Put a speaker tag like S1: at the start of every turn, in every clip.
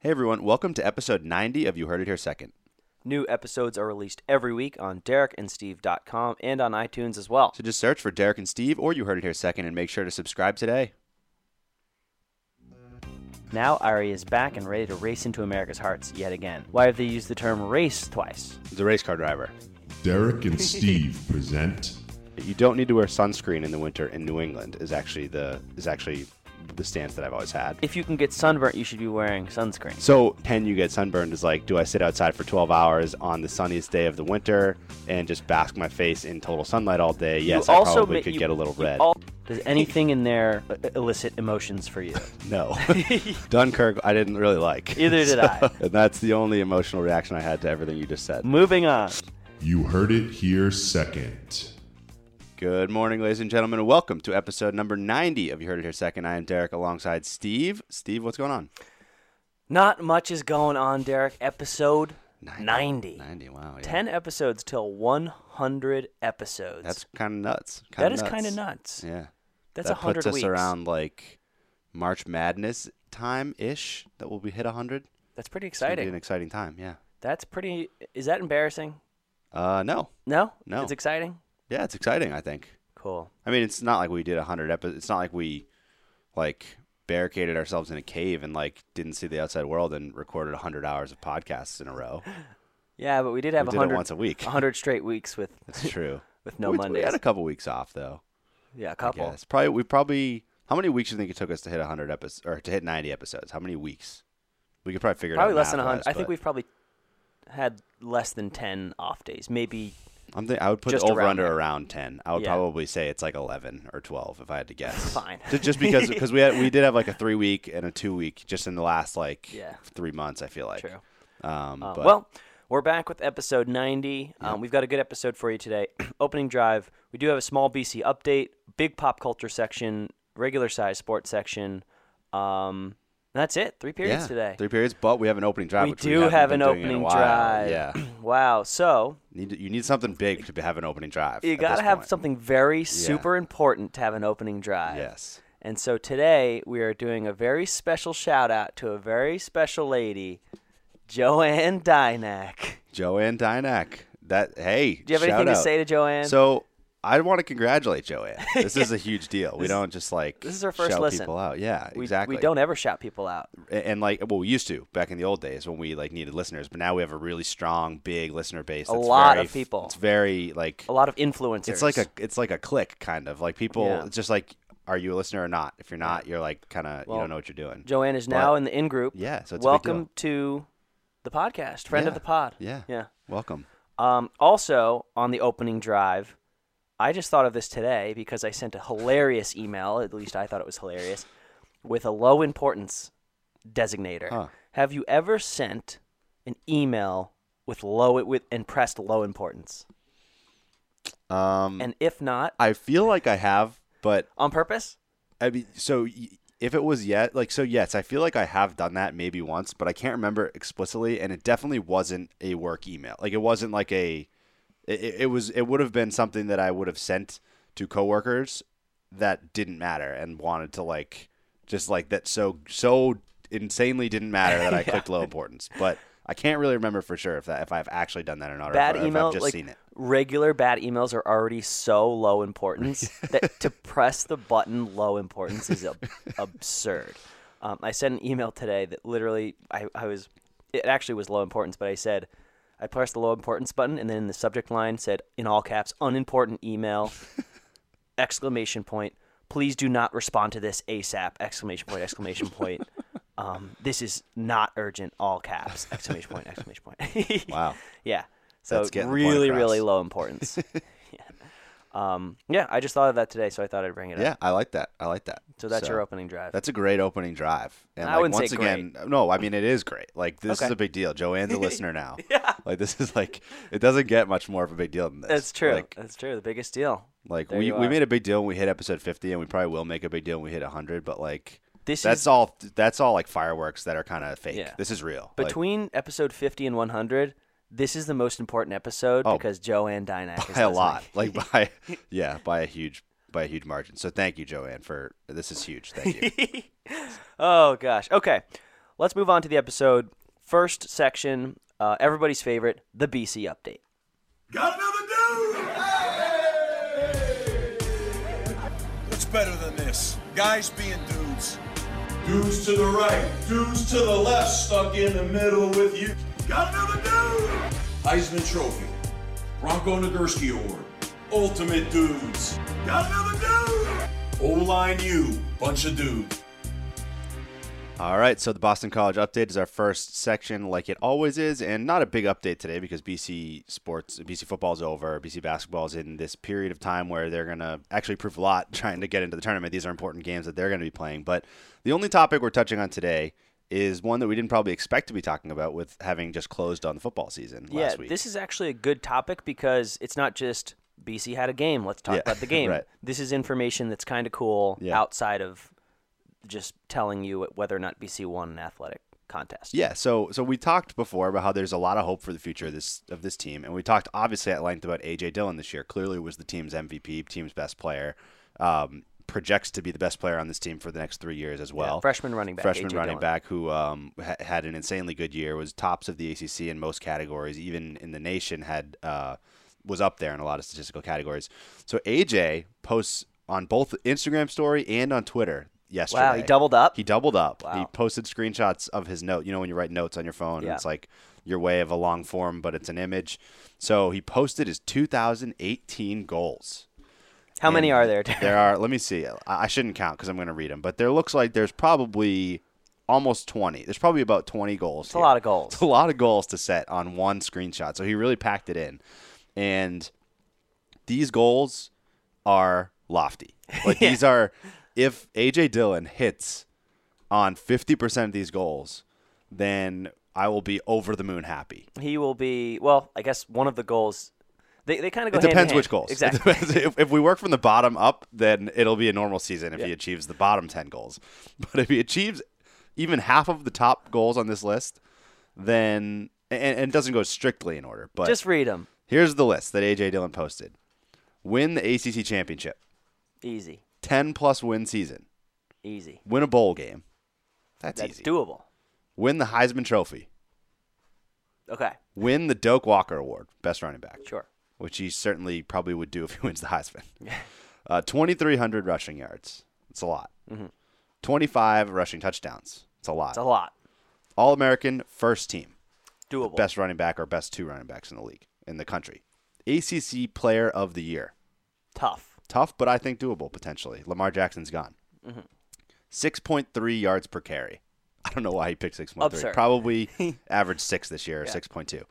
S1: Hey everyone, welcome to episode 90 of You Heard It Here Second.
S2: New episodes are released every week on DerekandSteve.com and on iTunes as well.
S1: So just search for Derek and Steve or You Heard It Here Second and make sure to subscribe today.
S2: Now Ari is back and ready to race into America's hearts yet again. Why have they used the term race twice?
S1: The race car driver.
S3: Derek and Steve present
S1: You don't need to wear sunscreen in the winter in New England is actually the is actually the stance that I've always had.
S2: If you can get sunburnt, you should be wearing sunscreen.
S1: So can you get sunburned is like, do I sit outside for 12 hours on the sunniest day of the winter and just bask my face in total sunlight all day? Yes,
S2: you
S1: I
S2: also
S1: probably
S2: ma-
S1: could
S2: you-
S1: get a little
S2: you
S1: red.
S2: al- Does anything in there uh, elicit emotions for you?
S1: No. Dunkirk, I didn't really like.
S2: Either did I.
S1: And that's the only emotional reaction I had to everything you just said.
S2: Moving on.
S3: You Heard It Here Second.
S1: Good morning, ladies and gentlemen, and welcome to episode number 90 of You Heard It Here Second. I am Derek alongside Steve. Steve, what's going on?
S2: Not much is going on, Derek. Episode 90.
S1: 90, wow. yeah.
S2: 10 episodes till 100 episodes.
S1: That's kind of nuts.
S2: that
S1: Kinda
S2: is
S1: nuts.
S2: kind of nuts.
S1: Yeah.
S2: That's
S1: that
S2: 100
S1: puts us
S2: weeks.
S1: around like March Madness time ish that will be hit 100.
S2: That's pretty
S1: It's gonna be
S2: exciting.
S1: an exciting time, yeah.
S2: That's pretty. Is that embarrassing?
S1: Uh, no.
S2: No?
S1: No.
S2: It's exciting?
S1: Yeah, it's exciting, I think.
S2: Cool.
S1: I mean, it's not like we did 100 episodes. It's not like we, like, barricaded ourselves in a cave and, like, didn't see the outside world and recorded 100 hours of podcasts in a row.
S2: Yeah, but we did have
S1: We
S2: a
S1: did it
S2: 100,
S1: once a week.
S2: 100 straight weeks with
S1: That's true.
S2: with no
S1: we, We
S2: Mondays.
S1: had a couple weeks off, though.
S2: yeah, a
S1: I
S2: couple.
S1: guess. Probably, we probably, how many weeks do you think it took us to hit 100 episodes, or to hit 90 episodes? How many weeks? We could probably figure
S2: Probably
S1: it out.
S2: less than 100.
S1: math-wise,
S2: I think
S1: but
S2: we've probably had less than 10 off days. Maybe
S1: I'm think, I would put the
S2: just
S1: over
S2: around
S1: under
S2: there.
S1: around 10. I would
S2: Yeah.
S1: probably say it's like 11 or 12 if I had to guess.
S2: Fine.
S1: Ju- just because because we had, we did have like a three week and a two week just in the last like
S2: Yeah.
S1: three months. I feel like
S2: True.
S1: Um,
S2: Uh,
S1: but
S2: well, we're back with episode 90. Um, we've got a good episode for you today. Opening drive. We do have a small BC update, big pop culture section, regular size sports section. Um, and that's it. Three periods
S1: yeah,
S2: today.
S1: three periods, but we have an opening drive.
S2: we
S1: which
S2: do
S1: haven't
S2: have
S1: been
S2: an
S1: doing in a
S2: opening
S1: while.
S2: drive.
S1: Yeah,
S2: wow. So
S1: need, to- you need something big to be- have an opening drive.
S2: you
S1: at
S2: got to
S1: this
S2: have
S1: point.
S2: something very super important to have an opening drive.
S1: Yes,
S2: And so today we are doing a very special shout out to a very special lady, Joanne Dynak.
S1: Joanne Dynak. That hey,
S2: Do you have anything to say to Joanne?
S1: So I want to congratulate Joanne. This is a huge deal. We don't just like
S2: this is her first
S1: shout
S2: listen.
S1: people out. Yeah,
S2: we,
S1: exactly.
S2: We don't ever shout people out.
S1: and, and, like well we used to back in the old days when we like needed listeners but now we have a really strong big listener base
S2: A
S1: that's
S2: lot
S1: very-
S2: of people.
S1: it's very like
S2: A lot of influencers.
S1: it's like a it's like a click kind of like people
S2: Yeah.
S1: it's just like are you a listener or not if you're not you're like kind of you don't know what you're doing
S2: Joanne is now in the in group.
S1: yeah so it's a big
S2: Welcome to the podcast, friend of
S1: Yeah,
S2: the pod.
S1: deal. yeah
S2: Yeah.
S1: welcome
S2: Um, also, on the opening drive, I just thought of this today because I sent a hilarious email, at least I thought it was hilarious, with a low importance designator.
S1: Huh.
S2: Have you ever sent an email with low with and pressed low importance?
S1: um
S2: And if not,
S1: i feel like i have but
S2: on purpose?
S1: i mean so y- if it was yet like so yes i feel like i have done that maybe once but i can't remember explicitly and it definitely wasn't a work email like it wasn't like a it, it- it was it would have been something that I would have sent to coworkers that didn't matter and wanted to like just like that so so insanely didn't matter that I clicked low importance. But I can't really remember for sure if that if I've actually done that or not.
S2: Bad
S1: or if, I- if
S2: email
S1: I've just
S2: like
S1: seen it.
S2: regular bad emails are already so low importance that to press the button low importance is ab- absurd. Um, I sent an email today that literally I, I was it actually was low importance, but I said I pressed the low importance button and then the subject line said in all caps unimportant email exclamation point please do not respond to this asap exclamation point exclamation point um, this is not urgent all caps exclamation point exclamation point
S1: Wow.
S2: yeah. So
S1: That's getting the point
S2: really,
S1: across.
S2: really low importance. yeah. Um, yeah, I just thought of that today, so I thought I'd bring it up.
S1: Yeah, I like that. I like that.
S2: So that's your opening drive.
S1: That's a great opening drive. And
S2: I
S1: like,
S2: wouldn't say
S1: once again, no, I mean it is great. Like this is
S2: Okay.
S1: a big deal. Joanne's a listener now. yeah. Like this is like it doesn't get much more of a big deal than this.
S2: That's true.
S1: Like,
S2: That's true. The biggest deal.
S1: Like
S2: There
S1: we,
S2: you
S1: we
S2: are.
S1: made a big deal when we hit episode 50 and we probably will make a big deal when we hit 100 but like
S2: This
S1: that's
S2: is
S1: all that's all like fireworks that are kind of fake.
S2: Yeah.
S1: This is real. Like,
S2: between episode 50 and 100. This is the most important episode
S1: Oh.
S2: because Joanne Dynak is
S1: by a
S2: listening.
S1: lot. like by yeah, by a huge by a huge margin. So thank you Joanne for this is huge. Thank you.
S2: oh gosh. Okay. Let's move on to the episode. First section, uh, everybody's favorite, the BC update.
S4: Got another dude! What's better than this? Guys being dudes. Dudes to the right, dudes to the left, stuck in the middle with you. Got another dude! Heisman Trophy, Bronco Nagurski Award, Ultimate Dudes. Got another dude! O line U, bunch of dudes.
S1: All right, so the Boston College update is our first section, like it always is, and not a big update today because BC sports, BC football's over. BC basketball's in this period of time where they're gonna actually prove a lot trying to get into the tournament. These are important games that they're gonna be playing, but the only topic we're touching on today is one that we didn't probably expect to be talking about with having just closed on the football season last
S2: yeah,
S1: week.
S2: this is actually a good topic because it's not just BC had a game. Let's talk
S1: Yeah,
S2: about the game.
S1: right.
S2: This is information that's kind of cool
S1: Yeah.
S2: outside of just telling you whether or not BC won an athletic contest.
S1: Yeah, so so we talked before about how there's a lot of hope for the future of this of this team, and we talked obviously at length about AJ Dillon this year. Clearly, was the team's MVP, team's best player, um, projects to be the best player on this team for the next three years as well.
S2: freshman running back,
S1: freshman
S2: A.J.
S1: running
S2: Dillon.
S1: back who um, ha- had an insanely good year, was tops of the ACC in most categories, even in the nation had uh, was up there in a lot of statistical categories. So AJ posts on both Instagram story and on Twitter yesterday.
S2: Wow, he doubled up?
S1: He doubled up. He
S2: Wow.
S1: posted screenshots of his note. You know when you write notes on your phone, and
S2: Yeah.
S1: it's like your way of a long form, but it's an image. So he posted his 2018 goals.
S2: How many
S1: And
S2: are there?
S1: There are. Let me see. I, I shouldn't count because I'm going to read them, but there looks like there's probably almost 20. There's probably about 20 goals.
S2: It's a lot of goals.
S1: It's a lot of goals to set on one screenshot. So he really packed it in, and these goals are lofty. Like these are, if AJ Dillon hits on 50% of these goals, then I will be over the moon happy.
S2: he will be well i guess one of the goals they, they kind of go
S1: It
S2: hand in
S1: depends
S2: hand.
S1: which goals. It
S2: exactly
S1: depends. If, if we work from the bottom up, then it'll be a normal season if he achieves the bottom 10 goals. But if he achieves even half of the top goals on this list, then, and, and it doesn't go strictly in order, but
S2: just read them
S1: here's the list that AJ Dillon posted win the ACC championship,
S2: easy
S1: 10 plus win season,
S2: easy
S1: win a bowl game. That's,
S2: that's
S1: easy.
S2: doable
S1: Win the Heisman Trophy.
S2: okay
S1: win the Doak Walker Award, best running back,
S2: sure
S1: which he certainly probably would do if he wins the Heisman. Uh, 2,300 rushing yards. It's a lot. 25 rushing touchdowns. It's a lot.
S2: Mm-hmm. it's a lot
S1: All American, first team,
S2: doable
S1: best running back or best two running backs in the league, in the country. ACC Player of the Year.
S2: tough
S1: Tough, but I think doable potentially. Lamar Jackson's gone.
S2: Mm-hmm.
S1: 6.3 yards per carry. I don't know why he picked 6.3.
S2: Absurd.
S1: Probably averaged six this year, 6.2.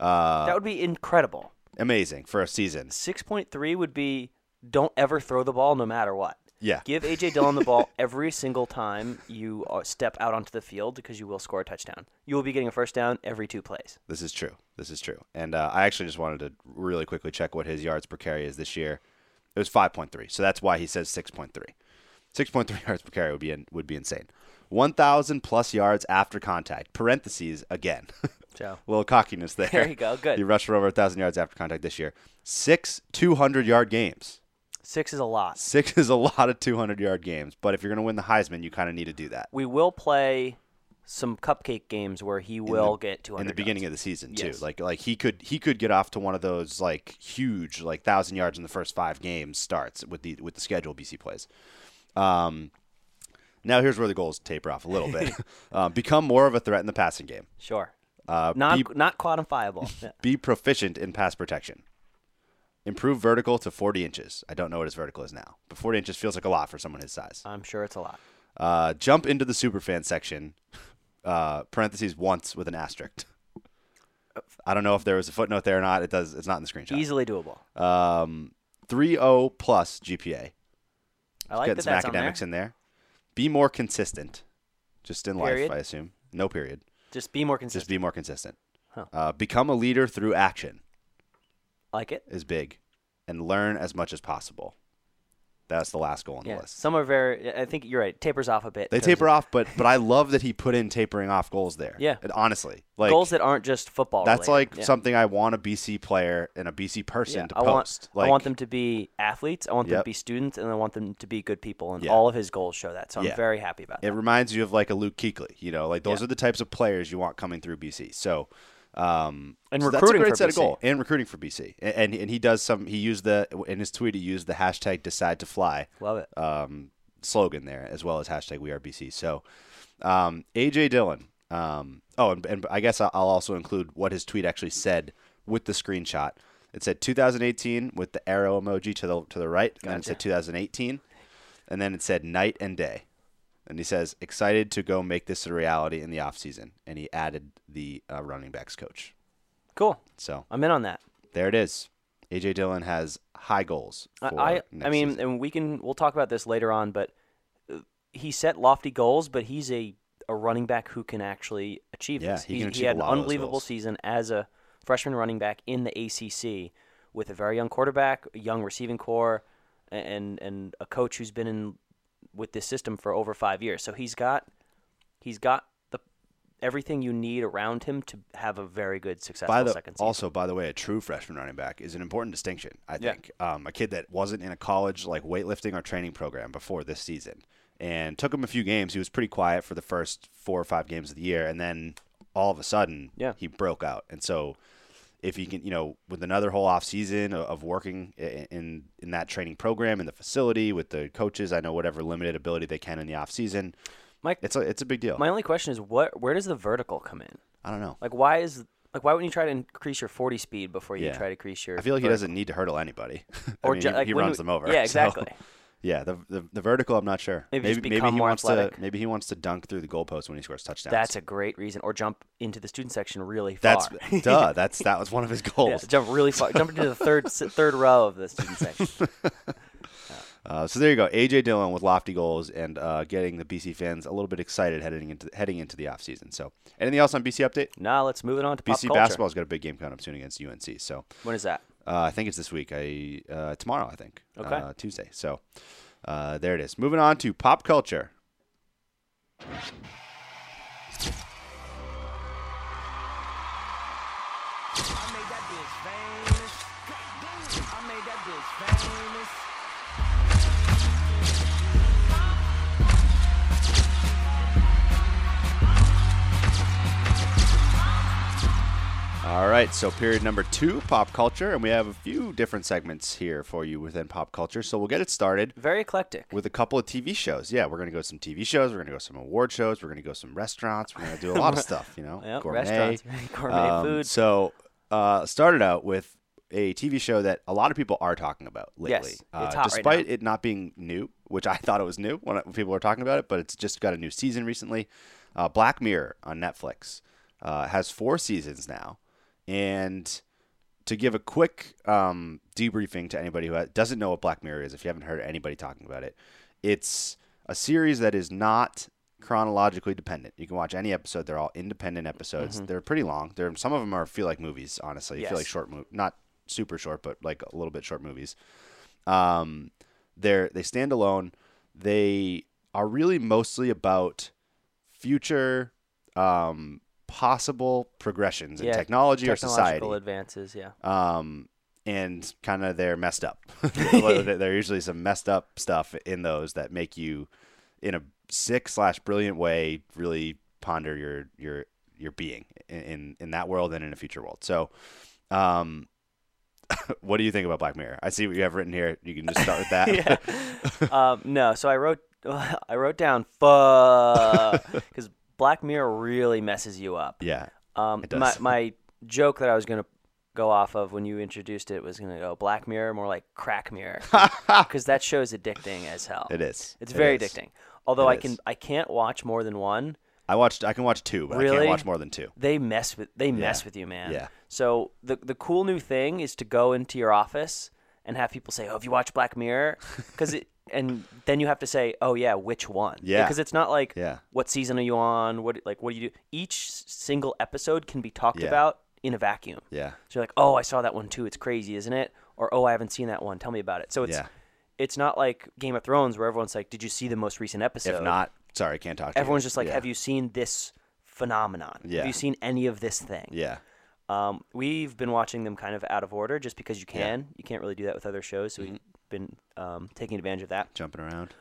S1: uh,
S2: that would be incredible
S1: Amazing for a season.
S2: 6.3 would be don't ever throw the ball no matter what
S1: Yeah.
S2: give aj dillon the ball every single time you uh, step out onto the field because you will score a touchdown you will be getting a first down every two plays
S1: This is true. This is true. And uh, I actually just wanted to really quickly check what his yards per carry is this year. It was 5.3, so that's why he says 6.3. 6.3 yards per carry would be in, would be insane. 1,000 plus yards after contact. Parentheses again.
S2: so
S1: little cockiness there.
S2: There you go. Good.
S1: He rushed for over 1,000 yards after contact this year. Six 200 yard games.
S2: six is a lot
S1: Six is a lot of 200 yard games, but if you're going to win the Heisman, you kind of need to do that.
S2: we will play some cupcake games where he will get 200
S1: in the
S2: yards.
S1: beginning of the season too.
S2: Yes.
S1: Like like he could he could get off to one of those like huge like thousand yards in the first five games starts with the with the schedule BC plays. Um, now here's where the goals taper off a little bit. um, become more of a threat in the passing game.
S2: Sure.
S1: Uh,
S2: Not
S1: be,
S2: not quantifiable. Yeah.
S1: be proficient in pass protection. Improve vertical to 40 inches. I don't know what his vertical is now, but 40 inches feels like a lot for someone his size.
S2: I'm sure it's a lot.
S1: Uh, jump into the superfan section, uh, parentheses once with an asterisk. I don't know if there was a footnote there or not. It does. It's not in the screenshot.
S2: Easily doable.
S1: Um, 3.0 plus GPA.
S2: I like
S1: Getting
S2: that
S1: some
S2: that's
S1: academics
S2: on
S1: in there. Be more consistent, just in
S2: Period.
S1: life, I assume. No period.
S2: there. Just be more
S1: Just
S2: consistent.
S1: be more consistent.
S2: Huh.
S1: Uh, become a leader through action
S2: like it.
S1: is big, and learn as much as possible. That's the last goal on the
S2: Yeah,
S1: list.
S2: some are very. I think you're right. Tapers off a bit.
S1: They taper off, but but I love that he put in tapering off goals there.
S2: Yeah.
S1: And honestly, like
S2: goals that aren't just football.
S1: that's like
S2: related. Yeah.
S1: something I want a BC player and a BC person
S2: Yeah,
S1: to
S2: I
S1: post.
S2: want
S1: like
S2: I want them to be athletes. I want them
S1: Yep.
S2: to be students, and I want them to be good people. And
S1: Yeah.
S2: all of his goals show that. So
S1: Yeah.
S2: I'm very happy about
S1: It
S2: that.
S1: reminds you of like a Luke Kuechly, you know, like those
S2: Yeah.
S1: are the types of players you want coming through BC. So, um,
S2: And
S1: so that's a
S2: recruiting
S1: great
S2: for
S1: set of
S2: BC.
S1: goal and recruiting for BC. And, and and he does some. He used the in his tweet. He used the hashtag Decide to Fly
S2: Love it.
S1: um, slogan there as well as hashtag We Are BC. So, um, AJ Dillon. Um, oh, and, and I guess I'll also include what his tweet actually said with the screenshot. It said 2018 with the arrow emoji to the to the right, and then it said 2018, and then it said night and day. And he says, excited to go make this a reality in the offseason. And he added the uh, running backs coach.
S2: Cool.
S1: So
S2: I'm in on that.
S1: there it is. AJ Dillon has high goals.
S2: I-
S1: For
S2: I
S1: next
S2: I mean,
S1: season.
S2: and we can we'll talk about this later on, but uh, he set lofty goals, but he's a a running back who can actually achieve
S1: Yeah,
S2: this.
S1: he can achieve
S2: had
S1: a lot of
S2: an
S1: those
S2: unbelievable
S1: goals.
S2: season as a freshman running back in the ACC with a very young quarterback, a young receiving core, a- and and a coach who's been in with this system for over five years. So he's got he's got the everything you need around him to have a very good successful
S1: by the,
S2: second season.
S1: also, by the way, a true freshman running back is an important distinction, I
S2: Yeah.
S1: think. Um, a kid that wasn't in a college like weightlifting or training program before this season and took him a few games. He was pretty quiet for the first four or five games of the year. And then all of a sudden,
S2: Yeah.
S1: he broke out. And so if you can, you know, with another whole off season of, of working i- i- in in that training program in the facility with the coaches, I know whatever limited ability they can in the off season,
S2: Mike-
S1: it's a it's a big deal.
S2: My only question is what where does the vertical come in?
S1: I don't know.
S2: Like why is like why wouldn't you try to increase your 40 speed before you
S1: Yeah.
S2: try to increase your?
S1: I feel like he
S2: vertical?
S1: doesn't need to hurdle anybody. I
S2: Or
S1: mean,
S2: ju-
S1: he,
S2: like,
S1: he
S2: when
S1: runs
S2: do we-
S1: them over.
S2: yeah,
S1: so-
S2: exactly.
S1: yeah, the, the the vertical, I'm not sure.
S2: Maybe
S1: maybe,
S2: just become
S1: he
S2: more
S1: wants to
S2: athletic.
S1: maybe he wants to dunk through the goalpost when he scores touchdowns.
S2: That's a great reason. Or jump into the student section really far.
S1: that's duh. That's that was one of his
S2: Yeah,
S1: goals.
S2: jump really far. Jump into the third s- third row of the student section.
S1: Uh, so there you go, AJ Dillon with lofty goals and uh, getting the BC fans a little bit excited heading into heading into the offseason. So anything else on BC update?
S2: Now let's move it on to pop
S1: BC
S2: culture.
S1: basketball's got a big game coming up soon against UNC. So
S2: When is that?
S1: Uh, I think it's this week. I uh, tomorrow, I think.
S2: Okay.
S1: Uh, Tuesday. So uh, there it is. Moving on to pop culture. All right, so period number two, pop culture, and we have a few different segments here for you within pop culture. So we'll get it started
S2: Very eclectic.
S1: with a couple of TV shows. Yeah, we're gonna go some TV shows. We're gonna go some award shows. We're gonna go some restaurants. We're gonna do a lot of stuff. You know,
S2: Yep,
S1: gourmet,
S2: restaurants, gourmet
S1: Um,
S2: food.
S1: So uh, started out with a TV show that a lot of people are talking about lately,
S2: Yes, it's
S1: uh,
S2: hot right
S1: despite
S2: now.
S1: it not being new, which I thought it was new when, I- when people were talking about it, but it's just got a new season recently. Uh, Black Mirror on Netflix uh, has four seasons now, and to give a quick um, debriefing to anybody who ha- doesn't know what Black Mirror is, if you haven't heard anybody talking about it, it's a series that is not chronologically dependent. You can watch any episode; they're all independent episodes. They're pretty long. They're some of them are feel like movies. Honestly, feel
S2: Mm-hmm. Yes.
S1: like short movie, not super short, but like a little bit short movies. Um, they're they stand alone. They are really mostly about future, um, possible progressions in
S2: Yeah,
S1: technology or society
S2: Technological advances. Yeah.
S1: um, and kind of they're messed up. Well, there there are usually some messed up stuff in those that make you, in a sick slash brilliant way, really ponder your your your being in, in in that world and in a future world. So, um, what do you think about Black Mirror? I see what you have written here. You can just start with that.
S2: yeah. um, no, so I wrote I wrote down fuh because Black Mirror really messes you up.
S1: yeah.
S2: Um,
S1: It does.
S2: My, my joke that I was going to go off of when you introduced it was going to go Black Mirror, more like Crack Mirror, because that show's addicting as hell.
S1: It is.
S2: It's
S1: It
S2: very
S1: is.
S2: addicting. Although
S1: It
S2: I can
S1: is.
S2: I can't watch more than one.
S1: I watched. I can watch two, but I
S2: Really?
S1: can't watch more than two.
S2: They mess with they mess with you, man.
S1: Yeah.
S2: So the the cool new thing is to go into your office and have people say, "Oh, have you watched Black Mirror?" Because it and then you have to say, "Oh yeah, which one?"
S1: Yeah.
S2: Because it's not like,
S1: Yeah.
S2: "What season are you on?" What like what do you do? Each s- single episode can be talked
S1: Yeah.
S2: about in a vacuum.
S1: Yeah.
S2: So you're like, oh, I saw that one too. It's crazy, isn't it? Or oh, I haven't seen that one. Tell me about it. So it's
S1: Yeah.
S2: it's not like Game of Thrones where everyone's like, "Did you see the most recent episode?"
S1: If not, sorry, I can't talk. To
S2: everyone's
S1: you.
S2: just like,
S1: Yeah.
S2: "Have you seen this phenomenon?
S1: Yeah.
S2: Have you seen any of this thing?"
S1: Yeah,
S2: Um, we've been watching them kind of out of order just because you can. You can't really do that with other shows, so we've
S1: Mm-hmm.
S2: been um, taking advantage of that.
S1: jumping around.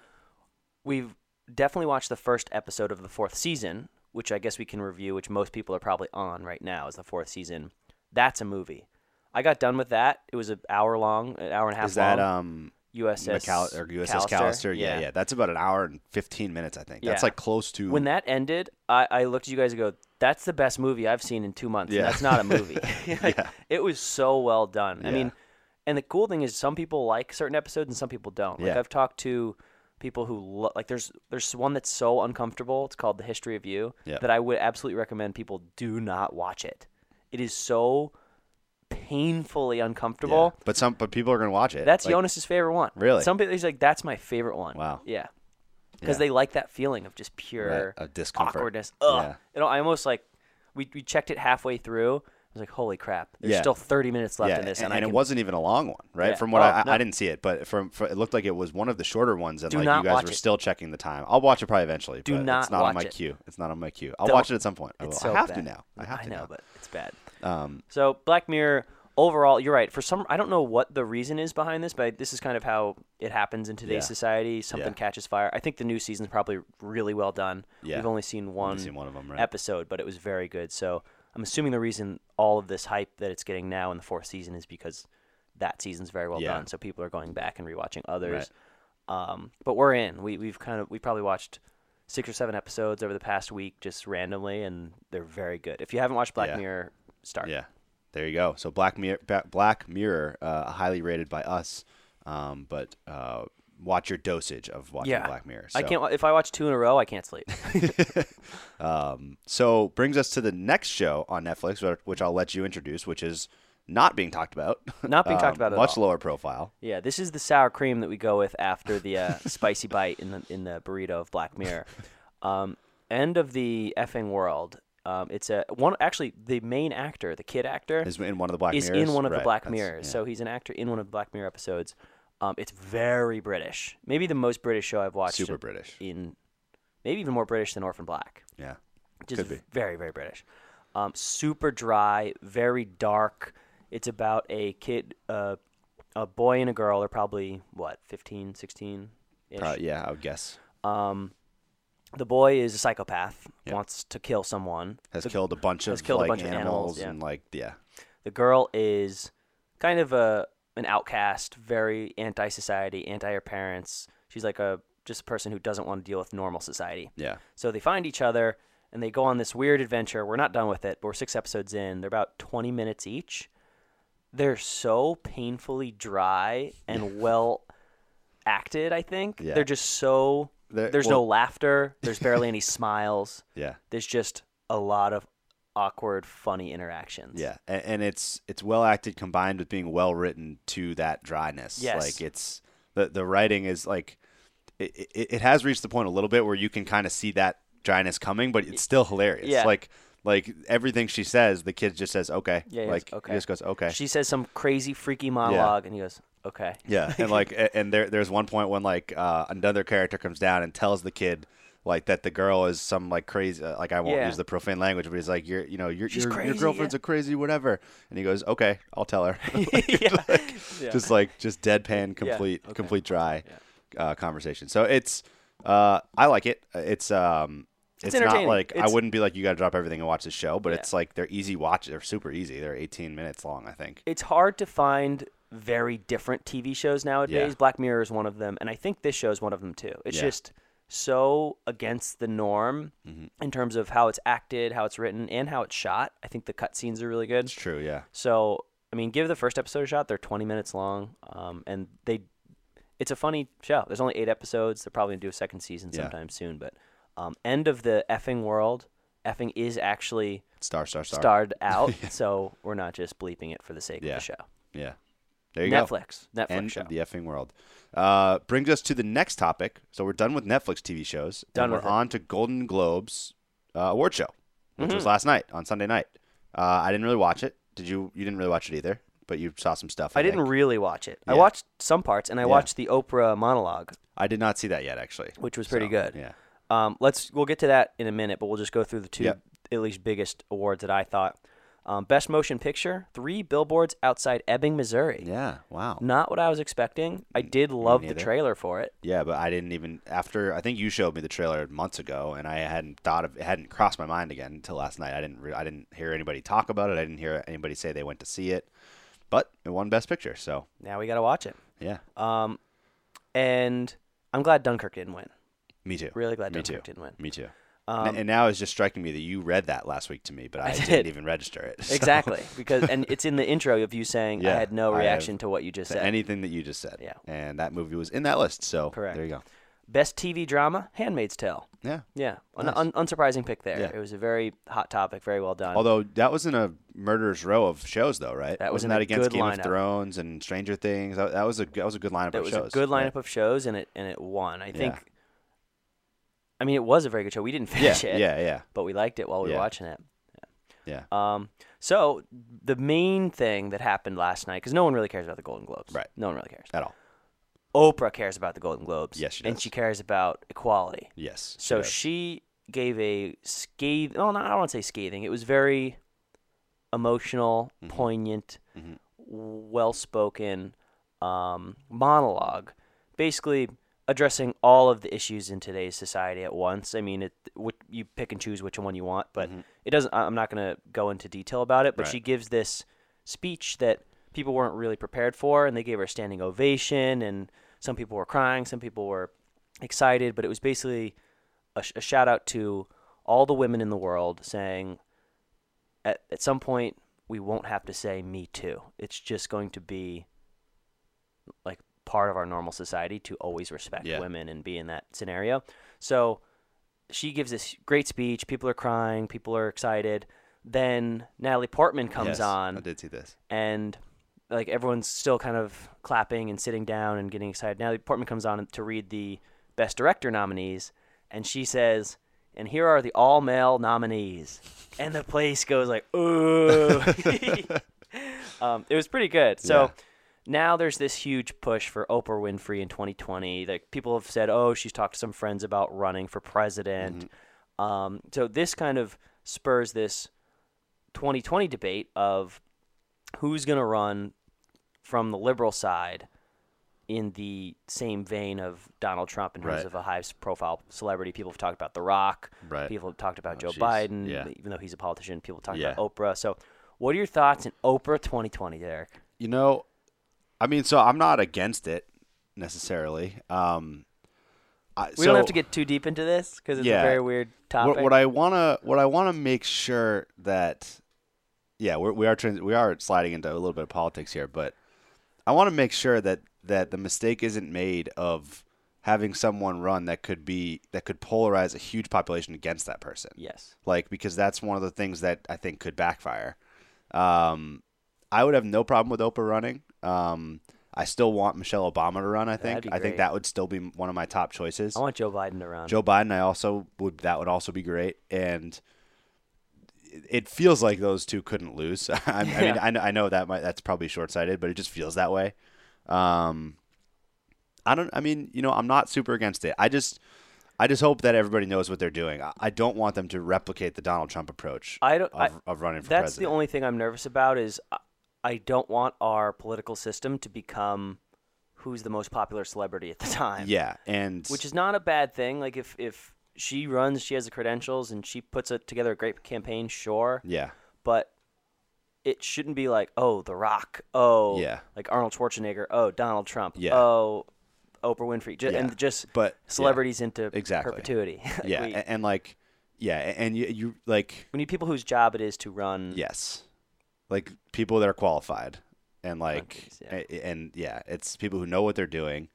S2: We've definitely watched the first episode of the fourth season, which I guess we can review, which most people are probably on right now, is the fourth season. That's a movie. I got done with that. It was an hour long, an hour and a half
S1: Is that
S2: long.
S1: um
S2: USS
S1: McAll- or USS Callister? Yeah. yeah, That's about an hour and fifteen minutes, I think. That's
S2: Yeah.
S1: like close to
S2: When that ended, I, I looked at you guys and go, "That's the best movie I've seen in two months." and
S1: Yeah.
S2: that's not a movie. Like, It was so well done. I
S1: Yeah.
S2: mean, and the cool thing is, some people like certain episodes and some people don't. Like
S1: Yeah.
S2: I've talked to people who lo- like there's there's one that's so uncomfortable. It's called The History of You
S1: Yeah.
S2: that I would absolutely recommend people do not watch it. It is so painfully
S1: Yeah.
S2: uncomfortable.
S1: but some but people are gonna watch it.
S2: That's
S1: Like,
S2: Jonas's favorite one.
S1: Really?
S2: Some people he's like, that's my favorite one.
S1: Wow.
S2: Yeah. Because
S1: Yeah.
S2: they like that feeling of just pure
S1: of discomfort.
S2: awkwardness. Ugh.
S1: Yeah.
S2: It, al- I almost like we, we checked it halfway through. I was like, holy crap! There's
S1: Yeah.
S2: still 30 minutes left
S1: Yeah,
S2: in this,
S1: and,
S2: and, I
S1: and
S2: can,
S1: it wasn't even a long one, right?
S2: Yeah.
S1: From what
S2: Oh,
S1: I, I-
S2: no.
S1: I didn't see it, but from, from it looked like it was one of the shorter ones, and
S2: Do
S1: like
S2: not
S1: you guys
S2: watch
S1: were
S2: it.
S1: still checking the time. I'll watch it probably eventually.
S2: Do
S1: but
S2: not
S1: it's not on
S2: watch
S1: my
S2: it.
S1: queue. It's not on my queue. I'll
S2: Don't.
S1: watch it at some point. I will.
S2: It's so
S1: I have to
S2: bad.
S1: now. I have to
S2: know,
S1: now.
S2: but it's bad.
S1: Um,
S2: So Black Mirror overall, you're right. For some, I don't know what the reason is behind this, but this is kind of how it happens in today's
S1: Yeah.
S2: society. Something
S1: Yeah.
S2: catches fire. I think the new season's probably really well done.
S1: Yeah.
S2: We've only seen one,
S1: seen one of 'em, right.
S2: episode, but it was very good. So I'm assuming the reason all of this hype that it's getting now in the fourth season is because that season's very well
S1: Yeah.
S2: done. So people are going back and rewatching others. Um, but we're in. We we've kind of we probably watched six or seven episodes over the past week just randomly, and they're very good. If you haven't watched Black
S1: Yeah.
S2: Mirror, start.
S1: Yeah, there you go. So Black Mirror, Ba- Black Mirror, uh, highly rated by us, um, but uh, watch your dosage of watching
S2: yeah.
S1: Black Mirror.
S2: I
S1: So-
S2: can't. wa- If I watch two in a row, I can't sleep.
S1: So brings us to the next show on Netflix, wh- which I'll let you introduce, which is not being talked about.
S2: Not being talked about at
S1: Um, Much
S2: all.
S1: lower profile.
S2: yeah, this is the sour cream that we go with after the uh, spicy bite in the in the burrito of Black Mirror. Um, end of the effing world. Um, it's a one. Actually, the main actor, the kid actor,
S1: Is in one of the Black
S2: is
S1: Mirrors.
S2: in one of
S1: Right,
S2: the Black
S1: that's-
S2: Mirrors.
S1: yeah.
S2: So he's an actor in one of the Black Mirror episodes. Um, it's very British. Maybe the most British show I've watched.
S1: Super British.
S2: In maybe even more British than Orphan Black.
S1: yeah,
S2: Just
S1: Could be.
S2: very very British. Um, super dry, very dark. It's about a kid, uh, a boy and a girl are probably what 15, 16 ish.
S1: Pro- yeah, I would guess
S2: Um, the boy is a psychopath, wants to kill someone.
S1: has killed a bunch
S2: has
S1: of
S2: killed a
S1: like
S2: bunch of
S1: animals,
S2: animals, yeah.
S1: and like yeah,
S2: The girl is kind of a an outcast, very anti-society, anti her parents. She's like a just a person who doesn't want to deal with normal society.
S1: yeah,
S2: So they find each other and they go on this weird adventure. We're not done with it. But we're six episodes in. They're about 20 minutes each. They're so painfully dry and well acted, I think.
S1: Yeah.
S2: They're just so
S1: They're-
S2: there's no
S1: well-
S2: laughter, there's barely any smiles.
S1: yeah.
S2: There's just a lot of awkward funny interactions.
S1: Yeah, and, and it's it's well acted combined with being well written to that dryness.
S2: Yes.
S1: like it's the the writing is like it, it, it has reached the point a little bit where you can kind of see that dryness coming, but it's still hilarious.
S2: Yeah.
S1: like like everything she says, the kid just says okay.
S2: Yeah, he
S1: like he
S2: goes, "Okay."
S1: just goes okay.
S2: She says some crazy freaky monologue and he goes, "Okay."
S1: Yeah, and like, a- and there, there's one point when like uh, another character comes down and tells the kid like that the girl is some like crazy. Uh, like I won't
S2: Yeah.
S1: use the profane language, but he's like, "Your, you know, your
S2: She's
S1: your, your
S2: crazy,
S1: girlfriend's a
S2: yeah.
S1: crazy whatever," and he goes, "Okay, I'll tell her." Like,
S2: Yeah.
S1: like,
S2: Yeah.
S1: Just like just deadpan, complete,
S2: okay.
S1: complete dry uh, conversation. So it's, uh, I like it. It's um. It's, not
S2: entertaining.
S1: like I
S2: It's-
S1: wouldn't be like you got to drop everything and watch the show, but
S2: Yeah.
S1: it's like they're easy watch. They're super easy. They're 18 minutes long, I think.
S2: it's hard to find very different TV shows nowadays.
S1: Yeah.
S2: Black Mirror is one of them, and I think this show is one of them too. It's
S1: Yeah.
S2: just so against the norm
S1: Mm-hmm.
S2: in terms of how it's acted, how it's written, and how it's shot. I think the cutscenes are really good.
S1: It's true, yeah.
S2: So, I mean, give the first episode a shot. They're 20 minutes long, um, and they it's a funny show. There's only eight episodes. They're probably gonna do a second season
S1: Yeah.
S2: sometime soon. But um, end of the effing world. Effing is actually
S1: Star, star, star.
S2: starred out, so we're not just bleeping it for the sake
S1: Yeah.
S2: of the show.
S1: Yeah. There you go.
S2: Netflix. Netflix
S1: End
S2: show.
S1: of the effing world. Uh, brings us to the next topic. So we're done with Netflix TV shows.
S2: Done
S1: and we're
S2: with it.
S1: on to Golden Globes uh,
S2: Mm-hmm.
S1: award show, which was last night on Sunday night. Uh, I didn't really watch it. Did you? You didn't really watch it either. but you saw some stuff. I,
S2: I didn't
S1: think.
S2: really watch it. I
S1: Yeah.
S2: watched some parts, and I
S1: Yeah.
S2: watched the Oprah monologue,
S1: I did not see that yet, actually.
S2: which was pretty good.
S1: Yeah.
S2: Um, let's we'll get to that in a minute, but we'll just go through the two
S1: Yep.
S2: at least biggest awards that I thought. Um, Best Motion Picture, three billboards outside Ebbing, Missouri.
S1: Yeah. Wow.
S2: Not what I was expecting. I did love the
S1: neither.
S2: trailer for it.
S1: Yeah, but I didn't even after. I think you showed me the trailer months ago, and I hadn't thought of it hadn't crossed my mind again until last night. I didn't. Re- I didn't hear anybody talk about it. I didn't hear anybody say they went to see it. But it won Best Picture, so
S2: Now we got to watch it. Um,
S1: yeah,
S2: Uh, And I'm glad Dunkirk didn't win.
S1: me too.
S2: Really glad
S1: me
S2: Dunkirk
S1: too.
S2: didn't win. Um,
S1: Me too. and, and now it's just striking me that you read that last week to me, but I,
S2: did.
S1: didn't even register it. So,
S2: Exactly because and it's in the intro of you saying I
S1: Yeah,
S2: had no
S1: I have
S2: reaction to what you just
S1: to
S2: said.
S1: anything that you just said.
S2: Yeah.
S1: And that movie was in that list, so
S2: Correct.
S1: There you go.
S2: Best TV drama, Handmaid's Tale.
S1: Yeah.
S2: Yeah, an un- unsurprising pick there.
S1: Yeah.
S2: It was a very hot topic, very well done.
S1: Although that was in a murderer's row of shows, though, right?
S2: Uh, That was
S1: Wasn't
S2: in a
S1: that against
S2: good
S1: Game
S2: lineup.
S1: of Thrones and Stranger Things. That, that was a that was a good lineup
S2: that
S1: of
S2: was
S1: shows.
S2: a good
S1: right?
S2: lineup of shows, and it and it won. I think. I mean, it was a very good show. We didn't
S1: Yeah,
S2: finish it,
S1: yeah, yeah,
S2: but we liked it while we were
S1: Yeah.
S2: watching it.
S1: yeah.
S2: Um, so the main thing that happened last night, because no one really cares about the Golden Globes,
S1: Right.
S2: No one really cares.
S1: At all?
S2: Oprah cares about the Golden Globes.
S1: Yes, she
S2: and
S1: does.
S2: she cares about equality.
S1: Yes.
S2: So
S1: does.
S2: she gave a scathing. Well, no, I don't want to say scathing. It was very emotional,
S1: Mm-hmm.
S2: poignant, well-spoken um, monologue, basically addressing all of the issues in today's society at once. I mean, it what, you pick and choose which one you want, but it doesn't. I- I'm not going to go into detail about it. But
S1: Mm-hmm. Right.
S2: she gives this speech that people weren't really prepared for, and they gave her a standing ovation, and some people were crying, some people were excited, but it was basically a, sh- a shout out to all the women in the world saying at, at some point we won't have to say me too it's just going to be like part of our normal society to always respect
S1: Yeah.
S2: women and be in that scenario so she gives this great speech people are crying people are excited then natalie portman comes
S1: Yes,
S2: on
S1: I did see this.
S2: and like everyone's still kind of clapping and sitting down and getting excited. Now Portman comes on to read the best director nominees, and she says, "And here are the all male nominees," and the place goes like, "Ooh." um, it was pretty good. So.
S1: Yeah.
S2: Now there's this huge push for Oprah Winfrey in 2020. Like people have said, oh, she's talked to some friends about running for president.
S1: Mm-hmm.
S2: Um, so this kind of spurs this 2020 debate of who's going to run from the liberal side in the same vein of Donald Trump in terms
S1: Right.
S2: of a high s- profile celebrity. People have talked about The Rock.
S1: Right. Oh,
S2: People have talked about Joe
S1: jeez.
S2: Biden,
S1: Yeah.
S2: even though he's a politician. People have talked
S1: Yeah.
S2: about Oprah. So, what are your thoughts on Oprah 2020, Derek?
S1: You know, I mean, so I'm not against it necessarily. Um, I,
S2: We don't have to get too deep into this because it's
S1: Yeah.
S2: a very weird topic.
S1: What, what I wanna, what I wanna make sure that, yeah, we're, we are trans- we are sliding into a little bit of politics here, but I want to make sure that that the mistake isn't made of having someone run that could be that could polarize a huge population against that person.
S2: yes.
S1: like because that's one of the things that I think could backfire. Um, I would have no problem with Oprah running. Um, I still want Michelle Obama to run. I
S2: That'd
S1: think
S2: be
S1: I
S2: great.
S1: think that would still be one of my top choices.
S2: I want Joe Biden to run.
S1: Joe Biden, I also would that would also be great, and it- it feels like those two couldn't lose. I, I mean,
S2: Yeah.
S1: I, kn- I know that might that's probably short sighted, but it just feels that way. Um, I don't. I mean, you know, I'm not super against it. I just, I just hope that everybody knows what they're doing. I, I don't want them to replicate the Donald Trump approach.
S2: I don't-
S1: of,
S2: I-
S1: of running for
S2: That's
S1: president.
S2: the only thing I'm nervous about is I- I don't want our political system to become who's the most popular celebrity at the time.
S1: yeah, and
S2: which is not a bad thing. Like if if she runs, she has the credentials, and she puts a, together a great campaign. Sure,
S1: yeah,
S2: but it shouldn't be like oh The Rock, oh
S1: Yeah.
S2: like Arnold Schwarzenegger, oh Donald Trump,
S1: Yeah.
S2: oh Oprah Winfrey, ju-
S1: Yeah.
S2: and just
S1: But- yeah.
S2: celebrities into
S1: Exactly.
S2: perpetuity. Like,
S1: yeah, a-
S2: we,
S1: and, like, yeah, a- and you, you like.
S2: we need people whose job it is to run.
S1: Yes. Like people that are qualified and like
S2: Countries, yeah.
S1: a- and yeah, it's people who know what they're doing,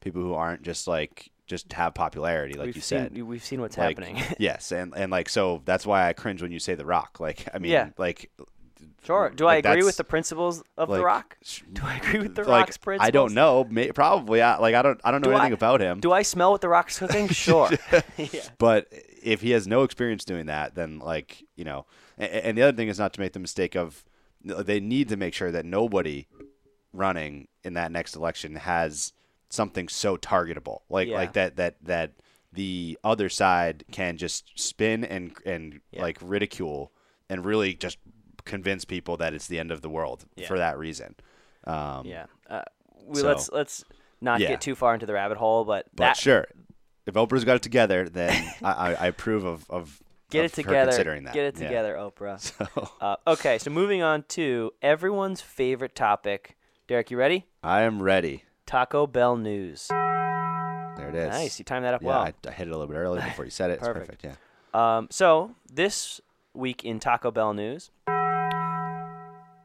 S1: people who aren't just like just have popularity like
S2: we've
S1: you
S2: seen
S1: said.
S2: we've seen what's
S1: Like,
S2: happening.
S1: yes, and and like so that's why I cringe when you say the rock. Like I mean,
S2: Yeah.
S1: like
S2: sure. Do
S1: like,
S2: I agree
S1: that's-
S2: with the principles of The
S1: like,
S2: Rock?
S1: sh-
S2: Do I agree with The
S1: like,
S2: Rock's principles?
S1: I don't know. May, probably I, like I don't I don't know
S2: Do
S1: anything
S2: I-
S1: about him.
S2: Do I smell what The Rock's cooking? Sure. yeah.
S1: But if he has no experience doing that, then like you know, and, and the other thing is not to make the mistake of they need to make sure that nobody running in that next election has something so targetable like
S2: Yeah.
S1: like that that that the other side can just spin and and
S2: Yeah.
S1: like ridicule and really just convince people that it's the end of the world
S2: Yeah.
S1: for that reason um
S2: Yeah. Uh, we,
S1: So-
S2: let's let's not
S1: Yeah.
S2: get too far into the rabbit hole, but,
S1: but
S2: that
S1: sure if oprah's got it together then I, I i approve of of
S2: get
S1: of
S2: it
S1: her
S2: together.
S1: considering that
S2: Get it
S1: Yeah.
S2: together, Oprah.
S1: So-
S2: Uh, okay, so moving on to everyone's favorite topic. Derek, you ready?
S1: i am ready
S2: Taco Bell news.
S1: there it is
S2: Nice, you timed that up
S1: yeah
S2: well.
S1: I, I hit it a little bit earlier before you said it it's
S2: Perfect.
S1: perfect yeah
S2: Um, so this week in Taco Bell news,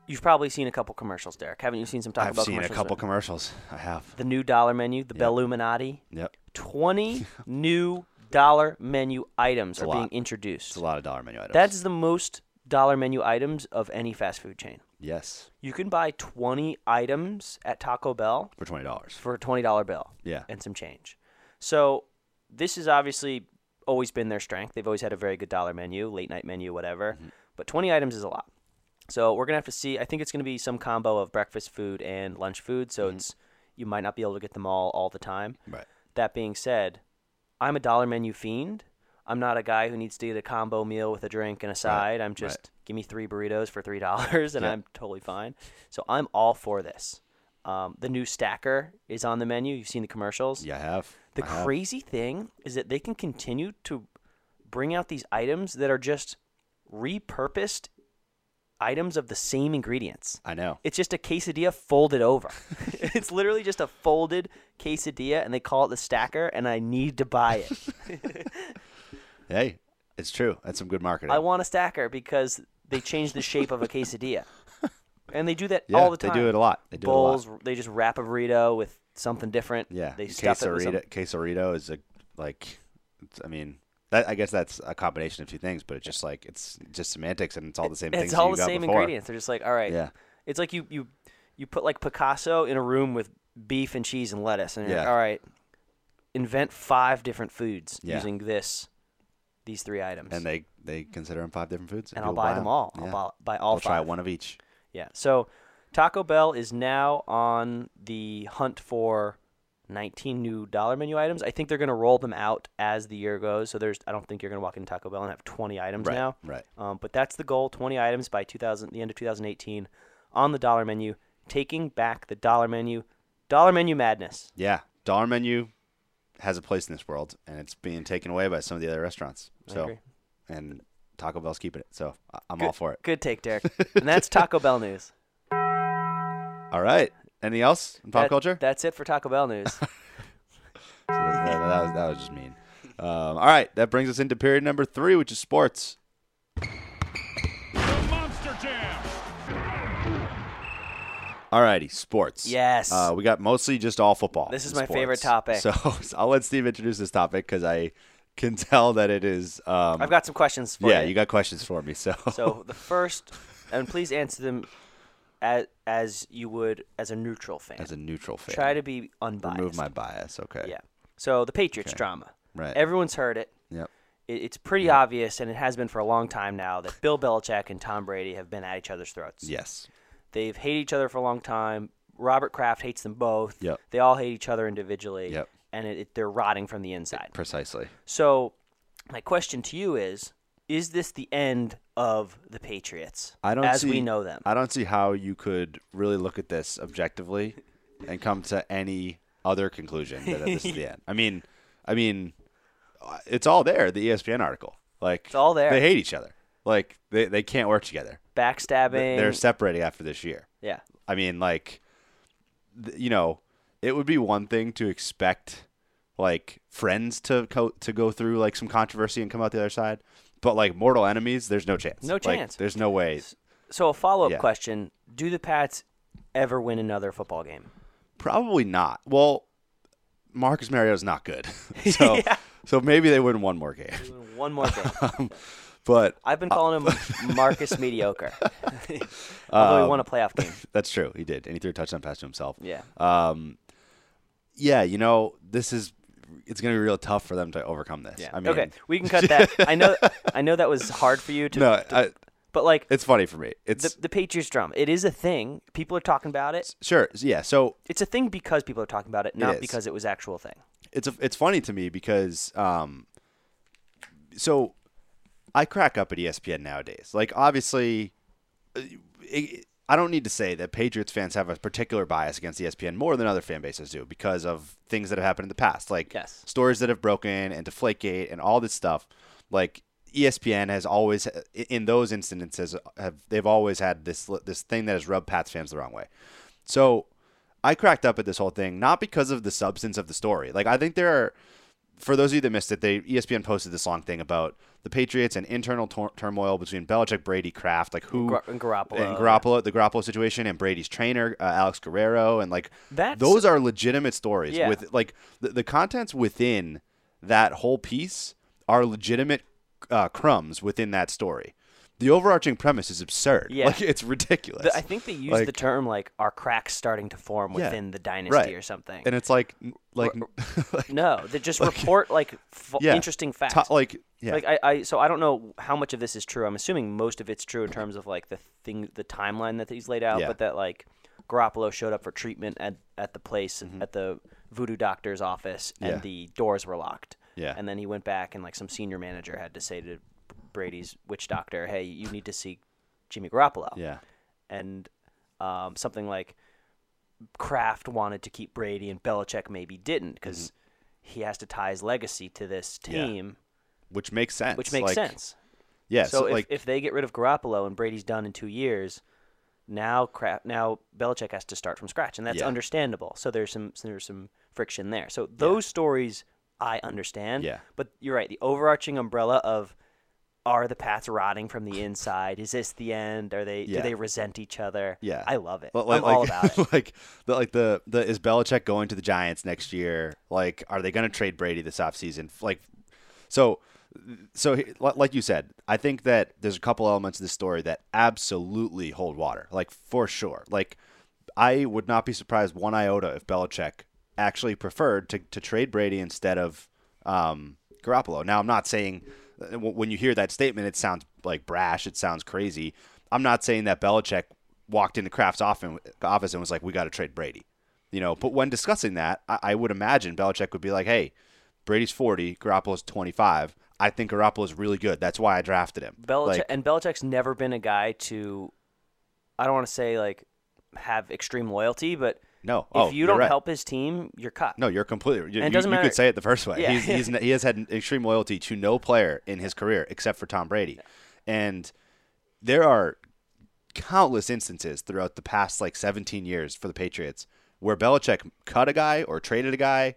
S2: you've probably seen a couple commercials, Derek. Haven't you seen some Taco
S1: I've
S2: Bell
S1: seen a
S2: commercials?
S1: couple commercials. I have.
S2: the new dollar menu, the Belluminati.
S1: Yep.
S2: Twenty new dollar menu items are
S1: lot.
S2: being introduced.
S1: It's a lot of dollar menu items.
S2: That's the most dollar menu items of any fast food chain.
S1: yes
S2: You can buy twenty items at Taco Bell
S1: for twenty dollars.
S2: for a twenty dollar bill.
S1: Yeah.
S2: And some change. So this has obviously always been their strength. They've always had a very good dollar menu, late night menu, whatever.
S1: Mm-hmm.
S2: But twenty items is a lot. So we're gonna have to see. I think it's gonna be some combo of breakfast food and lunch food.
S1: Mm-hmm.
S2: So it's you might not be able to get them all all the time.
S1: Right.
S2: That being said, I'm a dollar menu fiend. I'm not a guy who needs to get a combo meal with a drink and a side. I'm just give me three burritos for three dollars and
S1: Yeah.
S2: I'm totally fine. So I'm all for this. Um, the new stacker is on the menu. You've seen the commercials.
S1: Yeah, I have.
S2: The
S1: I have.
S2: crazy thing is that they can continue to bring out these items that are just repurposed items of the same ingredients.
S1: I know.
S2: It's just a quesadilla folded over. it's literally just a folded quesadilla, and they call it the stacker. And I need to buy it.
S1: Hey, it's true. That's some good marketing.
S2: I want a stacker because they change the shape of a quesadilla, and they do that
S1: yeah,
S2: all the time.
S1: They do it a lot. They do
S2: Bowls.
S1: it a lot.
S2: They just wrap a burrito with something different.
S1: Yeah.
S2: They stuff it with some-
S1: quesarito, quesarito is a like. It's, I mean, that I guess that's a combination of two things, but it's just like it's just semantics and it's all the same things.
S2: It's
S1: that
S2: all
S1: you
S2: the
S1: got
S2: same
S1: before.
S2: ingredients. They're just like, all right.
S1: Yeah.
S2: It's like you you you put like Picasso in a room with beef and cheese and lettuce, and you're like,
S1: Yeah.
S2: all right, invent five different foods
S1: Yeah.
S2: using this, these three items,
S1: And they they consider them five different foods.
S2: and I'll
S1: people
S2: buy them all.
S1: Yeah.
S2: I'll buy, buy all
S1: I'll try
S2: five.
S1: one of each.
S2: Yeah. So Taco Bell is now on the hunt for 19 new dollar menu items. I think they're going to roll them out as the year goes. So there's I don't think you're going to walk into Taco Bell and have 20 items
S1: Right,
S2: now.
S1: right.
S2: Um, but that's the goal, 20 items by 2000 the end of 2018 on the dollar menu, taking back the dollar menu. Dollar menu madness.
S1: Yeah, dollar menu has a place in this world, and it's being taken away by some of the other restaurants. So,
S2: agree.
S1: and Taco Bell's keeping it. So I- I'm all for it.
S2: Good take, Derek. and that's Taco Bell news.
S1: All right. Anything else in pop
S2: That-
S1: culture?
S2: That's it for Taco Bell news.
S1: So that, that- that was, that was just mean. Um, all right, that brings us into period number three, which is sports.
S5: Monster Jam.
S1: All righty, sports.
S2: Yes.
S1: Uh, we got mostly just all football.
S2: This is
S1: in
S2: my favorite
S1: sports. So, I'll let Steve introduce this topic because I can tell that it is. Um,
S2: I've got some questions for you.
S1: yeah, you got questions for me. So,
S2: So the first, and please answer them as as you would as a neutral fan.
S1: as a neutral fan,
S2: Try to be unbiased.
S1: remove my bias. Okay.
S2: yeah. So the Patriots drama.
S1: Right.
S2: Everyone's heard it.
S1: Yep.
S2: It- It's pretty obvious, and it has been for a long time now that Bill Belichick and Tom Brady have been at each other's throats.
S1: Yes.
S2: They've hated each other for a long time. Robert Kraft hates them both.
S1: Yep.
S2: They all hate each other individually.
S1: Yep.
S2: And it, it, they're rotting from the inside.
S1: Precisely.
S2: So, my question to you is: Is this the end of the Patriots
S1: I don't
S2: as
S1: see,
S2: we know them?
S1: I don't see how you could really look at this objectively and come to any other conclusion that this is the end. I mean, I mean, uh, it's all there. The ESPN article, like it's
S2: all there.
S1: They hate each other. Like they, they can't work together.
S2: backstabbing.
S1: Th- They're separating after this year.
S2: yeah,
S1: I mean, like, th- you know, it would be one thing to expect like friends to co- to go through like some controversy and come out the other side, but like mortal enemies, there's no chance.
S2: No
S1: Like,
S2: chance.
S1: there's no way.
S2: So a follow up
S1: Yeah.
S2: question: Do the Pats ever win another football game?
S1: Probably not. Well, Marcus Mariota's not good, so so maybe they win one more game.
S2: One more game.
S1: But
S2: I've been calling him Marcus Mediocre, although he
S1: Um,
S2: won a playoff game.
S1: that's true. He did, and he threw a touchdown pass to himself.
S2: Yeah,
S1: yeah. You know, this is it's going to be real tough for them to overcome this.
S2: yeah.
S1: I mean,
S2: okay, we can cut that. I know, I know that was hard for you to.
S1: no, uh, I,
S2: But like
S1: It's funny for me. It's
S2: the, the Patriots drum, it is a thing. People are talking about it.
S1: sure, yeah. So
S2: It's a thing because people are talking about it, not
S1: is.
S2: because it was actual thing.
S1: it's a, it's funny to me because um, so I crack up at E ESPN nowadays. Like obviously, uh, it, I don't need to say that Patriots fans have a particular bias against E ESPN more than other fan bases do because of things that have happened in the past, like
S2: Yes.
S1: stories that have broken and Deflategate and all this stuff. Like E ESPN has always, in those instances, have they've always had this this thing that has rubbed Pats fans the wrong way. So I cracked up at this whole thing, not because of the substance of the story. Like I think there are for those of you that missed it, they E ESPN posted this long thing about the Patriots and internal tor- turmoil between Belichick, Brady, Kraft, like who
S2: Gar- and Garoppolo.
S1: and Garoppolo, the Garoppolo situation, and Brady's trainer uh, Alex Guerrero, and like
S2: That's-
S1: those are legitimate stories
S2: Yeah.
S1: with like the, the contents within that whole piece are legitimate uh, crumbs within that story. The overarching premise is absurd.
S2: Yeah.
S1: Like it's ridiculous.
S2: The- I think they used the
S1: Like-
S2: term like "are cracks starting to form
S1: Yeah.
S2: within the dynasty"
S1: Right.
S2: or something?
S1: and it's like like, like
S2: no, they just report like f-
S1: yeah.
S2: interesting facts.
S1: to- like yeah.
S2: Like I, I, so I don't know how much of this is true. I'm assuming most of it's true in terms of like the thing, the timeline that he's laid out.
S1: Yeah.
S2: But that like Garoppolo showed up for treatment at at the place at the voodoo doctor's office, and
S1: Mm-hmm. Yeah.
S2: the doors were locked.
S1: Yeah.
S2: And then he went back, and like some senior manager had to say to Brady's witch doctor, "Hey, you need to see Jimmy Garoppolo."
S1: yeah.
S2: and um, something like Kraft wanted to keep Brady and Belichick maybe didn't because he has to tie his legacy to this
S1: Mm-hmm. Yeah.
S2: team,
S1: Which makes sense.
S2: which makes
S1: Like,
S2: sense.
S1: Yeah.
S2: So,
S1: So,
S2: if,
S1: like
S2: if they get rid of Garoppolo and Brady's done in two years, now Kraft, now Belichick has to start from scratch, and that's
S1: Yeah.
S2: understandable. So there's some so there's some friction there. So those stories I understand.
S1: Yeah.
S2: But you're right. The overarching umbrella of are the Pats rotting from the inside? Is this the end? Are they
S1: Yeah.
S2: do they resent each other?
S1: Yeah,
S2: I love it.
S1: Li-
S2: I'm all about it.
S1: Like the like the the is Belichick going to the Giants next year? Like, are they going to trade Brady this offseason? Like, so so he- li- like you said, I think that there's a couple elements of this story that absolutely hold water, like for sure. Like, I would not be surprised one iota if Belichick actually preferred to to trade Brady instead of um, Garoppolo. Now, I'm not saying uh, w- when you hear that statement, it sounds like brash. It sounds crazy. I'm not saying that Belichick walked into Kraft's office office and was like, "We got to trade Brady," you know. But when discussing that, I, I would imagine Belichick would be like, "Hey, Brady's 40, Garoppolo's 25. I think Garoppolo's really good. That's why I drafted him."
S2: Belichick
S1: Like,
S2: and Belichick's never been a guy to, I don't want to say like have extreme loyalty, but
S1: no,
S2: if
S1: oh,
S2: you
S1: you're
S2: don't
S1: right.
S2: help his team, you're cut.
S1: No, you're completely. You,
S2: And it
S1: you-
S2: doesn't
S1: you
S2: matter-
S1: could say it the first way.
S2: Yeah.
S1: He's, he's, he has had an extreme loyalty to no player in his career except for Tom Brady, and there are countless instances throughout the past like 17 years for the Patriots where Belichick cut a guy or traded a guy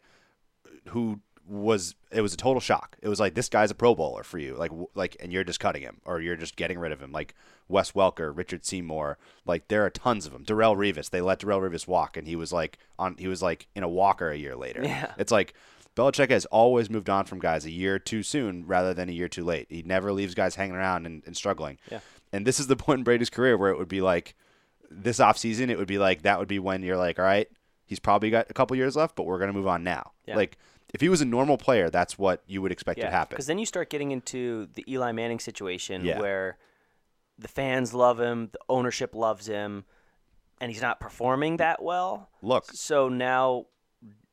S1: who was it was a total shock. It was like this guy's a Pro Bowler for you, like w- like, and you're just cutting him or you're just getting rid of him. Like Wes Welker, Richard Seymour, like there are tons of them. Darrell Revis, they let Darrell Revis walk, and he was like on he was like in a walker a year later.
S2: Yeah.
S1: it's like. Belichick has always moved on from guys a year too soon rather than a year too late. He never leaves guys hanging around and, and struggling. Yeah. And this is the point in Brady's career where it would be like, this offseason, it would be like that would be when you're like, all right, he's probably got a couple years left, but we're going to move on now.
S2: Yeah.
S1: Like, if he was a normal player, that's what you would expect to happen.
S2: Because then you start getting into the Eli Manning situation
S1: Yeah.
S2: where the fans love him, the ownership loves him, and he's not performing that well.
S1: Look,
S2: So now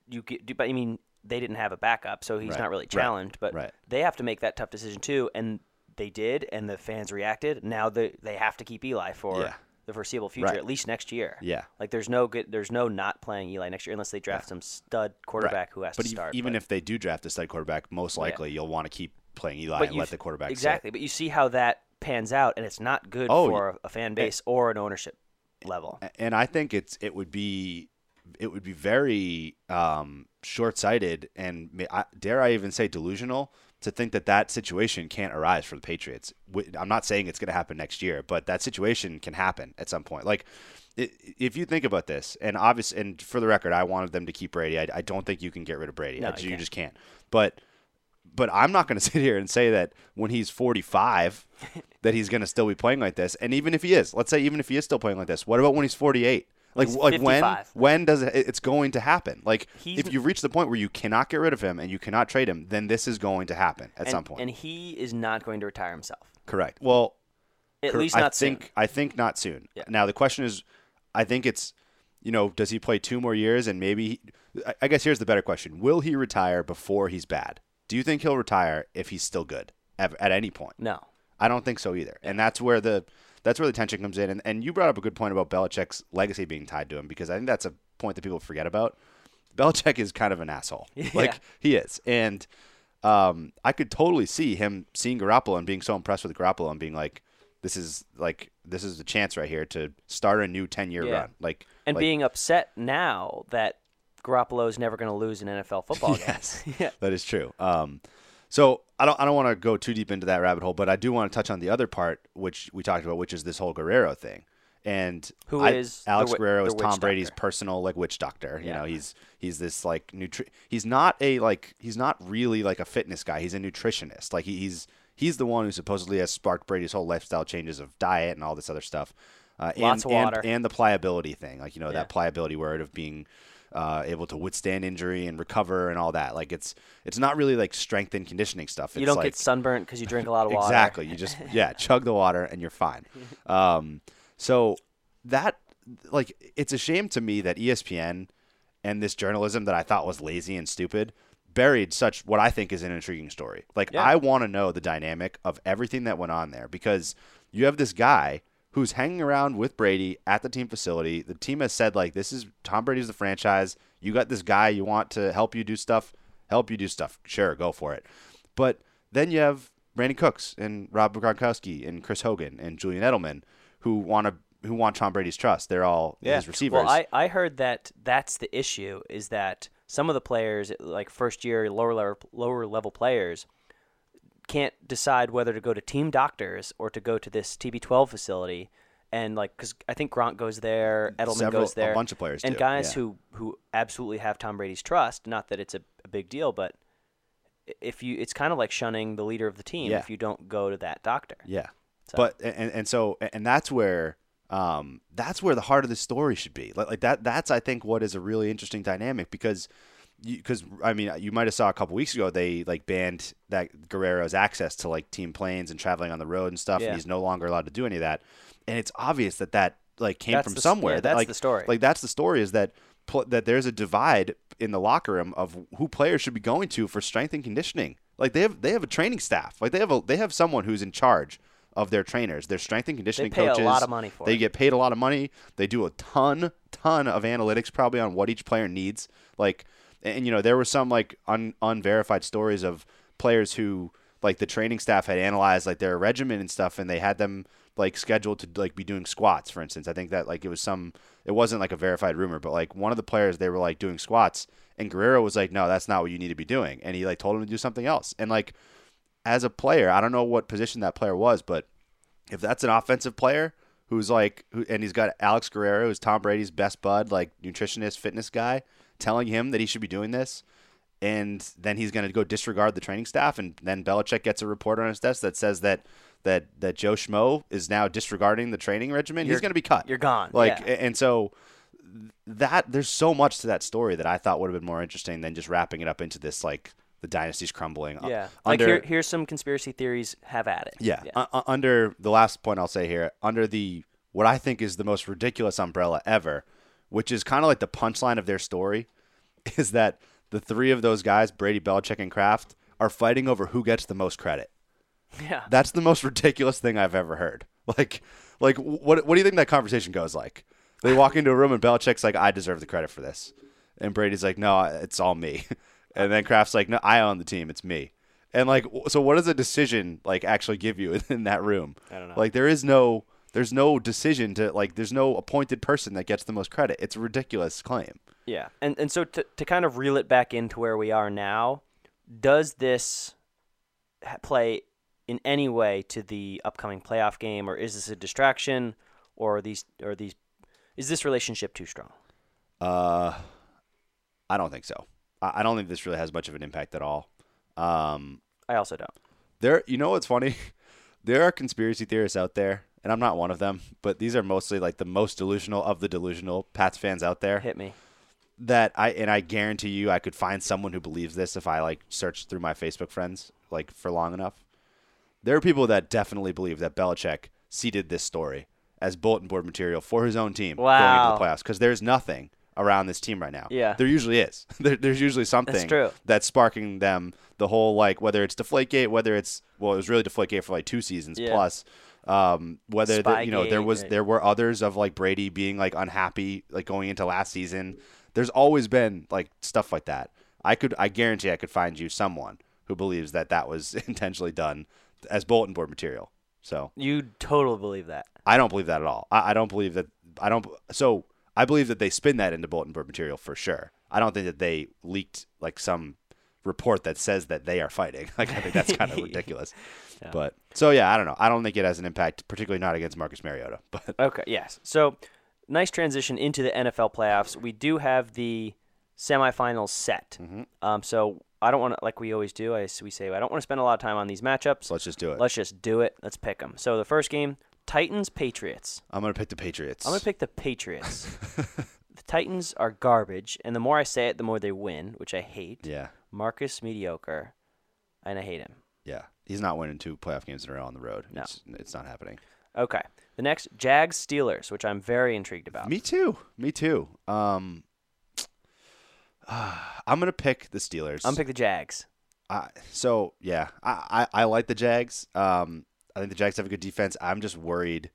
S2: you get, but I mean, they didn't have a backup, so he's
S1: Right,
S2: not really
S1: right,
S2: challenged. But
S1: right.
S2: they have to make that tough decision too, and they did, and the fans reacted. Now they they have to keep Eli for
S1: Yeah.
S2: the foreseeable future,
S1: Right.
S2: at least next year.
S1: Yeah.
S2: like there's no good, there's no not playing Eli next year unless they draft some stud quarterback who has
S1: but
S2: to
S1: e-
S2: start.
S1: even
S2: but-
S1: if they do draft a stud quarterback, most likely you'll want to keep playing Eli and
S2: you
S1: let
S2: s-
S1: the quarterback sit.
S2: exactly. But you see how that pans out, and it's not good
S1: Oh,
S2: for a fan base or an ownership level.
S1: and I think it's it would be it would be very um, short-sighted and ma- I, dare I even say delusional to think that that situation can't arise for the Patriots. Wi- I'm not saying it's going to happen next year, but that situation can happen at some point. Like i- if you think about this, and obvious, and for the record, I wanted them to keep Brady. I, I don't think you can get rid of Brady. I-
S2: you
S1: you
S2: can't.
S1: just can't. But but I'm not going to sit here and say that when he's 45 that he's going to still be playing like this. And even if he is, let's say even if he is still playing like this, what about when he's 48? Like
S2: he's
S1: like when
S2: 55.
S1: when does it, it's going to happen? Like
S2: He's-
S1: if you reach the point where you cannot get rid of him and you cannot trade him, then this is going to happen at
S2: and,
S1: some point.
S2: and he is not going to retire himself.
S1: Correct. Well,
S2: At
S1: Cur-
S2: least
S1: I
S2: not soon.
S1: think, I think not soon.
S2: Yeah.
S1: Now the question is, I think it's, you know, does he play two more years and maybe? He, I- I guess here's the better question: Will he retire before he's bad? Do you think he'll retire if he's still good ever, at any point?
S2: No.
S1: I don't think so either. And that's where the that's where the tension comes in. And and you brought up a good point about Belichick's legacy being tied to him because I think that's a point that people forget about. Belichick is kind of an asshole. Like he is. And um, I could totally see him seeing Garoppolo and being so impressed with Garoppolo and being like, This is like this is the chance right here to start a new ten year
S2: Yeah.
S1: run. Like
S2: And
S1: like,
S2: being upset now that Garoppolo is never going to lose an NFL football
S1: Yes.
S2: game. yeah.
S1: That is true. Um, so I don't I don't want to go too deep into that rabbit hole, but I do want to touch on the other part which we talked about, which is this whole Guerrero thing. And
S2: Who
S1: I-
S2: is the
S1: Alex
S2: wi-
S1: Guerrero
S2: the
S1: is
S2: witch
S1: Tom Brady's
S2: doctor.
S1: personal like witch doctor. You
S2: Yeah.
S1: know, he's he's this like nutri- he's not a like he's not really like a fitness guy. He's a nutritionist. Like he, he's he's the one who supposedly has sparked Brady's whole lifestyle changes of diet and all this other stuff. Uh,
S2: Lots
S1: and,
S2: of
S1: and-
S2: water.
S1: and the pliability thing, like you know
S2: Yeah.
S1: that pliability word of being uh, able to withstand injury and recover and all that. Like it's it's not really like strength and conditioning stuff. It's
S2: You don't
S1: like,
S2: get sunburnt because you drink a lot of water.
S1: Exactly. You just yeah, chug the water and you're fine. Um, so that like it's a shame to me that E ESPN and this journalism that I thought was lazy and stupid buried such what I think is an intriguing story. Like
S2: Yeah.
S1: I want to know the dynamic of everything that went on there because you have this guy who's hanging around with Brady at the team facility. The team has said like this is Tom Brady's the franchise. You got this guy you want to help you do stuff, help you do stuff. Sure, go for it. But then you have Randy Cooks and Rob Gronkowski and Chris Hogan and Julian Edelman who want to who want Tom Brady's trust. They're all his receivers.
S2: Well, I, I heard that that's the issue is that some of the players, like first year lower level, lower level players, can't decide whether to go to team doctors or to go to this TB12 facility. And like, because I think Gronk goes there, Edelman
S1: Several-
S2: goes
S1: a
S2: there,
S1: bunch of players
S2: and
S1: do,
S2: guys
S1: yeah.
S2: who who absolutely have Tom Brady's trust. Not that it's a, a big deal, but i- if you, it's kind of like shunning the leader of the team
S1: Yeah.
S2: if you don't go to that doctor.
S1: Yeah. But and and so and that's where um that's where the heart of the story should be. Like, like that that's I think what is a really interesting dynamic because because I mean you might have saw a couple weeks ago they like banned that Guerrero's access to like team planes and traveling on the road and stuff
S2: Yeah.
S1: and he's no longer allowed to do any of that. And it's obvious that that like came
S2: That's
S1: from
S2: the s-
S1: somewhere.
S2: yeah,
S1: that,
S2: that's
S1: like,
S2: the story.
S1: Like that's the story is that pl- that there's a divide in the locker room of who players should be going to for strength and conditioning. Like they have they have a training staff. Like they have a they have someone who's in charge of their trainers, their strength and conditioning
S2: pay a
S1: coaches.
S2: lot of money for
S1: They
S2: it.
S1: get paid a lot of money. They do a ton ton of analytics probably on what each player needs. Like and and, you know there were some like un- unverified stories of players who like the training staff had analyzed like their regimen and stuff and they had them like scheduled to like be doing squats for instance i think that like it was some it wasn't like a verified rumor but like one of the players they were like doing squats and guerrero was like no that's not what you need to be doing and he like told him to do something else and like as a player i don't know what position that player was but if that's an offensive player who's like, who, and he's got Alex Guerrero, who's Tom Brady's best bud, like nutritionist, fitness guy, telling him that he should be doing this, and then he's going to go disregard the training staff, and then Belichick gets a report on his desk that says that that that Joe Schmo is now disregarding the training regimen. he's
S2: You're-
S1: going to be cut.
S2: you're gone,
S1: Like,
S2: yeah.
S1: a- and so th- that there's so much to that story that I thought would have been more interesting than just wrapping it up into this like the dynasty's crumbling. uh,
S2: Yeah.
S1: under-
S2: like here, here's some conspiracy theories. Have at it.
S1: yeah. u- u- under the last point I'll say here, under the what I think is the most ridiculous umbrella ever, which is kind of like the punchline of their story, is that the three of those guys, Brady, Belichick, and Kraft, are fighting over who gets the most credit.
S2: Yeah.
S1: That's the most ridiculous thing I've ever heard. Like, like what what do you think that conversation goes like? They walk into a room and Belichick's like, "I deserve the credit for this," and Brady's like, "No, it's all me." And then Kraft's like, "No, I own the team. It's me." And like, w- so what does a decision like actually give you in that room? I don't know. Like, there is no, there's no decision to like, there's no appointed person that gets the most credit. It's a ridiculous claim.
S2: Yeah, and and so to to kind of reel it back into where we are now, does this ha- play in any way to the upcoming playoff game, or is this a distraction, or are these or these is this relationship too strong?
S1: Uh, I don't think so. I, I don't think this really has much of an impact at all. Um,
S2: I also don't.
S1: There, you know what's funny? There are conspiracy theorists out there, and I'm not one of them, but these are mostly like the most delusional of the delusional Pats fans out there.
S2: Hit me.
S1: That I and I guarantee you, I could find someone who believes this if I like searched through my Facebook friends like for long enough. There are people that definitely believe that Belichick seeded this story as bulletin board material for his own team
S2: Wow.
S1: going into the playoffs because there's nothing around this team right now.
S2: Yeah.
S1: There usually is. There, there's usually something
S2: true.
S1: that's sparking them the whole like whether it's Deflategate, whether it's well it was really Deflategate for like two seasons
S2: Yeah.
S1: plus. Um, whether the, you know there
S2: Spygate,
S1: was
S2: right.
S1: there were others of like Brady being like unhappy like going into last season. There's always been like stuff like that. I could I guarantee I could find you someone who believes that that was intentionally done as bulletin board material. So
S2: You totally believe that.
S1: I don't believe that at all. I, I don't believe that. I don't. So I believe that they spin that into bulletin board material for sure. I don't think that they leaked like some report that says that they are fighting. Like I think that's kind of ridiculous. But so yeah, I don't know. I don't think it has an impact, particularly not against Marcus Mariota. But
S2: Okay, yes. So, nice transition into the NFL playoffs. We do have the semifinals set. Um, so I don't want to, like we always do. I s- we say I don't want to spend a lot of time on these matchups.
S1: let's just do it.
S2: Let's just do it. Let's pick them. So the first game, Titans Patriots.
S1: I'm gonna pick the Patriots.
S2: I'm gonna pick the Patriots. the Titans are garbage, and the more I say it, the more they win, which I hate.
S1: Yeah,
S2: Marcus mediocre, and I hate him.
S1: yeah. He's not winning two playoff games in a row on the road.
S2: No.
S1: It's, it's not happening.
S2: Okay. The next Jags Steelers, which I'm very intrigued about.
S1: Me too. Me too. Um, I'm gonna pick the Steelers.
S2: I'm pick the Jags.
S1: I, so yeah, I, I, I like the Jags. Um, I think the Jags have a good defense. I'm just worried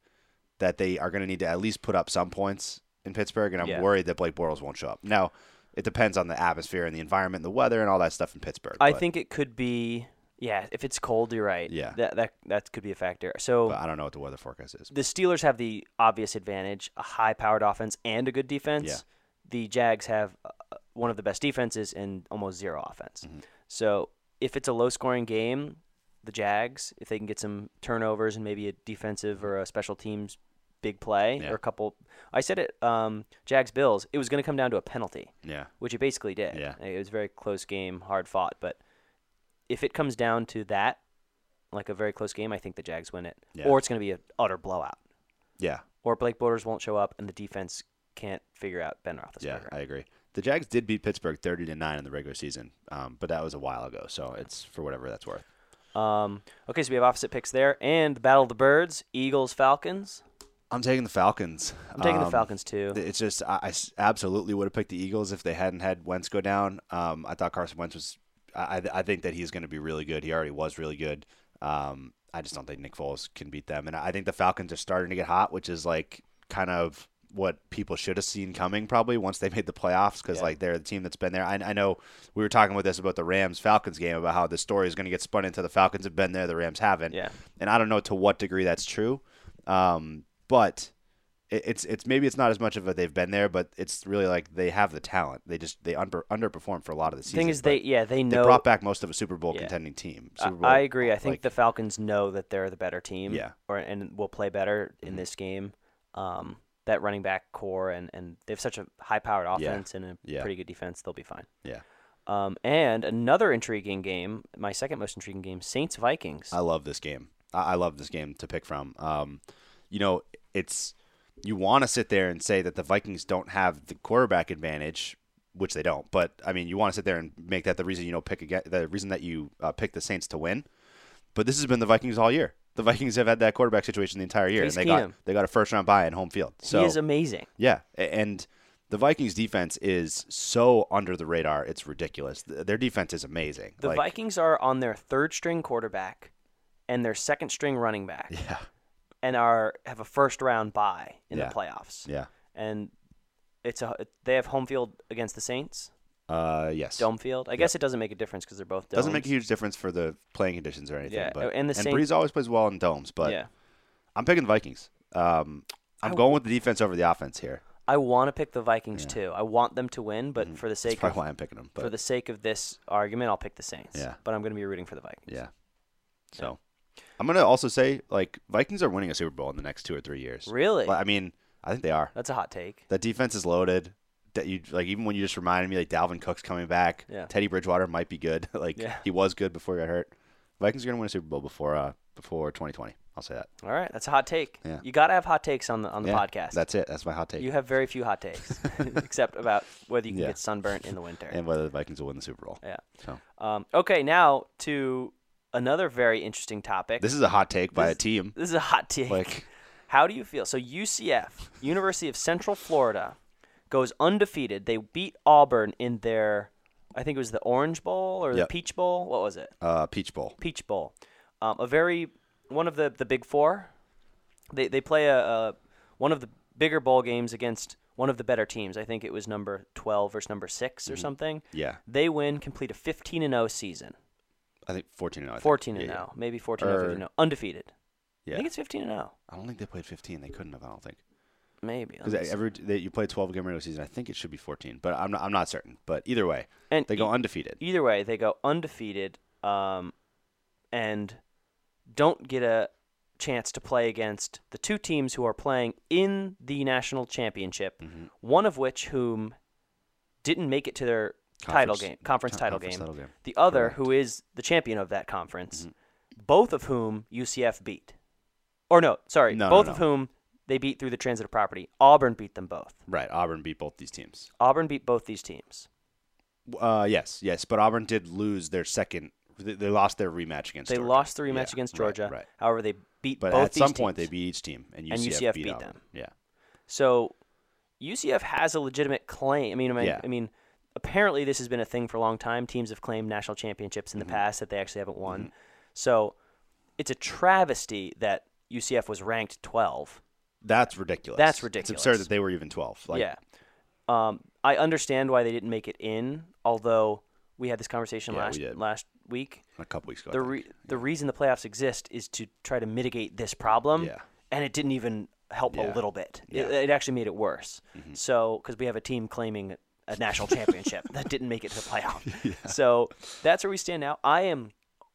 S1: that they are going to need to at least put up some points in Pittsburgh, and I'm
S2: Yeah.
S1: worried that Blake Bortles won't show up. Now, it depends on the atmosphere and the environment, and the weather, and all that stuff in Pittsburgh.
S2: I
S1: but-
S2: think it could be yeah, if it's cold, you're right.
S1: Yeah.
S2: That that that could be a factor. So
S1: but I don't know what the weather forecast is.
S2: the Steelers have the obvious advantage, a high-powered offense and a good defense.
S1: Yeah.
S2: The Jags have uh, one of the best defenses and almost zero offense.
S1: Mm-hmm.
S2: So if it's a low-scoring game, the Jags, if they can get some turnovers and maybe a defensive or a special teams big play
S1: Mm-hmm. Yeah.
S2: or a couple I said it um, Jags Bills, it was going to come down to a penalty
S1: Yeah,
S2: which it basically did.
S1: Yeah.
S2: It was a very close game, hard fought. But if it comes down to that, like a very close game, I think the Jags win it.
S1: Yeah.
S2: Or it's going to be an utter blowout.
S1: yeah,
S2: Or Blake Borders won't show up and the defense can't figure out Ben Roethlisberger.
S1: yeah. I agree. The Jags did beat Pittsburgh 30 to nine in the regular season, um, but that was a while ago, so it's for whatever that's worth.
S2: Um, okay, so we have opposite picks there. And the Battle of the Birds, Eagles, Falcons.
S1: I'm taking the Falcons.
S2: I'm taking the
S1: Um,
S2: Falcons too.
S1: It's just I, I s- absolutely would have picked the Eagles if they hadn't had Wentz go down. Um, I thought Carson Wentz was. I I- I think that he's going to be really good. He already was really good. Um, I just don't think Nick Foles can beat them, and I think the Falcons are starting to get hot, which is like kind of what people should have seen coming probably once they made the playoffs because like they're the team that's been there. I, I know we were talking about this about the Rams Falcons game about how the story is going to get spun into the Falcons have been there, the Rams haven't.
S2: Yeah.
S1: and I don't know to what degree that's true, um, but it, it's it's maybe it's not as much of a they've been there, but it's really like they have the talent. They just they under, underperform for a lot of the
S2: The
S1: season.
S2: thing is,
S1: but
S2: they yeah they
S1: they
S2: know.
S1: brought back most of a Super Bowl
S2: Yeah.
S1: contending team.
S2: I,
S1: Super Bowl,
S2: I agree. I think
S1: like-
S2: the Falcons know that they're the better team.
S1: Yeah. Mm-hmm.
S2: Or and will play better in this game. Um, that running back core and and they have such a high powered offense and a
S1: Yeah.
S2: pretty good defense. They'll be fine.
S1: yeah,
S2: Um, and another intriguing game, my second most intriguing game, Saints Vikings.
S1: I love this game. I, I love this game to pick from. Um, you know, it's you want to sit there and say that the Vikings don't have the quarterback advantage, which they don't. But I mean, you want to sit there and make that the reason you don't pick again, the reason that you uh, pick the Saints to win. But this has been the Vikings all year. The Vikings have had that quarterback situation the entire year,
S2: Case
S1: and they
S2: Keenum.
S1: got they got a first round bye in home field. So
S2: he is amazing.
S1: Yeah, a- and the Vikings defense is so under the radar; it's ridiculous. Th- Their defense is amazing.
S2: The
S1: like,
S2: Vikings are on their third string quarterback and their second string running back.
S1: Yeah.
S2: And are have a first round bye in
S1: Yeah.
S2: the playoffs.
S1: Yeah.
S2: And it's a they have home field against the Saints.
S1: Uh, yes.
S2: dome field. I guess it doesn't make a difference because they're both domes.
S1: Doesn't make a huge difference for the playing conditions or anything.
S2: Yeah,
S1: but,
S2: and the
S1: and
S2: Saints-
S1: Breeze always plays well in domes, but
S2: yeah,
S1: I'm picking the Vikings. Um, I'm going with the defense over the offense here.
S2: I want to pick the Vikings too. I want them to win, but
S1: Mm-hmm.
S2: for the
S1: That's
S2: sake
S1: probably
S2: of,
S1: why I'm picking them. But
S2: for the sake of this argument, I'll pick the Saints.
S1: Yeah.
S2: but I'm going to be rooting for the Vikings.
S1: yeah, so I'm gonna also say like Vikings are winning a Super Bowl in the next two or three years.
S2: Really?
S1: Like, I mean, I think they are.
S2: That's a hot take.
S1: That defense is loaded. That you like even when you just reminded me like Dalvin Cook's coming back.
S2: Yeah.
S1: Teddy Bridgewater might be good. like
S2: Yeah.
S1: he was good before he got hurt. Vikings are gonna win a Super Bowl before uh before 2020. I'll say that.
S2: All right, that's a hot take.
S1: Yeah.
S2: You got to have hot takes on the on the
S1: Yeah,
S2: podcast.
S1: That's it. That's my hot take.
S2: you have very few hot takes, except about whether you can
S1: Yeah.
S2: get sunburnt in the winter.
S1: and whether the Vikings will win the Super Bowl.
S2: yeah.
S1: So
S2: Um, okay, now to another very interesting topic.
S1: This is a hot take by a team.
S2: This is a hot take.
S1: Like-
S2: how do you feel? So UCF, University of Central Florida, goes undefeated. They beat Auburn in their, I think it was the Orange Bowl or the
S1: Yep.
S2: Peach Bowl. What was it?
S1: Uh, Peach Bowl.
S2: Peach Bowl. Um, a very one of the the Big Four. They they play a, a one of the bigger bowl games against one of the better teams. I think it was number twelve versus number six or something.
S1: Mm-hmm. Yeah.
S2: They win, complete a fifteen and zero season,
S1: I think 14 and 0. I think.
S2: fourteen and
S1: Yeah,
S2: zero, maybe fourteen or
S1: Or-
S2: fifteen and 0, undefeated.
S1: Yeah.
S2: I think it's fifteen and zero,
S1: I don't think they played 15. They couldn't have, I don't think.
S2: maybe. Let me
S1: Because
S2: see.
S1: every they, you play 12 game regular season, I think it should be 14, but I'm not, I'm not certain. But either way,
S2: And
S1: they go
S2: e-
S1: undefeated.
S2: Either way, they go undefeated, um, and don't get a chance to play against the two teams who are playing in the national championship.
S1: Mm-hmm.
S2: One of which whom didn't make it to their title
S1: Conference-
S2: game, conference
S1: con-
S2: title,
S1: conference
S2: game.
S1: title game. Mm-hmm.
S2: The other, who is the champion of that conference, both of whom UCF beat, or no, sorry,
S1: No, no,
S2: both of
S1: no.
S2: whom they beat through the transitive property. Auburn beat them both.
S1: Right. Auburn beat both these teams.
S2: Auburn beat both these teams.
S1: Uh, yes, yes. But Auburn did lose their second. They, they lost their rematch against.
S2: They
S1: Georgia.
S2: lost the rematch
S1: Yeah,
S2: against
S1: right,
S2: Georgia.
S1: Right.
S2: However, they beat
S1: But
S2: both
S1: at some
S2: these
S1: point, they
S2: teams.
S1: beat each team, and UCF,
S2: And UCF beat
S1: Auburn.
S2: them.
S1: Yeah.
S2: So UCF has a legitimate claim. I mean, I mean,
S1: Yeah.
S2: I mean, apparently this has been a thing for a long time. Teams have claimed national championships
S1: Mm-hmm.
S2: in the past that they actually haven't won. So it's a travesty that UCF was ranked 12.
S1: That's ridiculous.
S2: That's
S1: It's
S2: ridiculous.
S1: absurd that they were even 12. Like,
S2: yeah. Um, I understand why they didn't make it in, although we had this conversation
S1: Yeah, we
S2: last
S1: did.
S2: last week.
S1: A couple weeks ago. I
S2: the
S1: think.
S2: re- the reason the playoffs exist is to try to mitigate this problem.
S1: Yeah.
S2: And it didn't even help a
S1: Yeah.
S2: little bit. It,
S1: Yeah. Mm-hmm.
S2: it actually made it worse. So because we have a team claiming a national championship that didn't make it to the playoff. So that's where we stand now. I am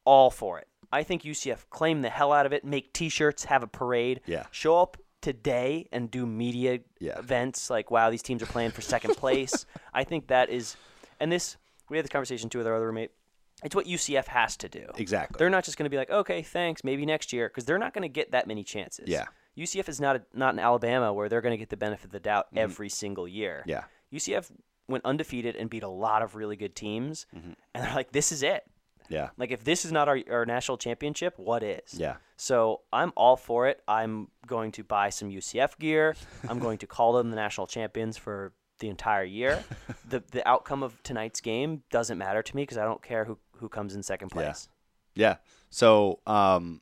S2: all for it. I think UCF claim the hell out of it. Make T-shirts, have a parade.
S1: Yeah.
S2: Show up today and do media
S1: Yeah.
S2: events like wow these teams are playing for second place i think that is and this we had this conversation too with our other roommate it's what ucf has to do
S1: Exactly.
S2: they're not just going to be like okay thanks maybe next year because they're not going to get that many chances
S1: Yeah.
S2: ucf is not a, not in alabama where they're going to get the benefit of the doubt every single year
S1: Mm-hmm. Yeah.
S2: ucf went undefeated and beat a lot of really good teams
S1: Mm-hmm.
S2: and they're like this is it
S1: Yeah.
S2: like if this is not our, our national championship, what is?
S1: Yeah.
S2: So I'm all for it. I'm going to buy some UCF gear. I'm going to call them the national champions for the entire year. the the outcome of tonight's game doesn't matter to me because I don't care who who comes in second place.
S1: Yeah. So um,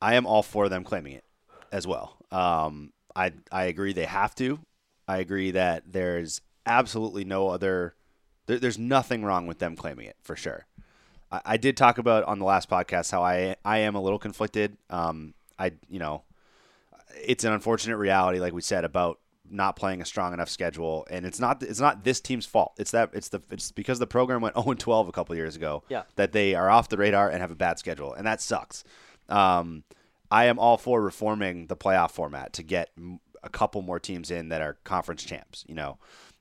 S1: I am all for them claiming it as well. Um, I I agree they have to. I agree that there's absolutely no other. There, there's nothing wrong with them claiming it for sure. I, I did talk about on the last podcast how I I am a little conflicted. Um, I you know, it's an unfortunate reality, like we said about not playing a strong enough schedule, and it's not it's not this team's fault. It's that it's the it's because the program went 0 12 a couple years ago
S2: Yeah.
S1: that they are off the radar and have a bad schedule, and that sucks. Um, I am all for reforming the playoff format to get m- a couple more teams in that are conference champs. You know,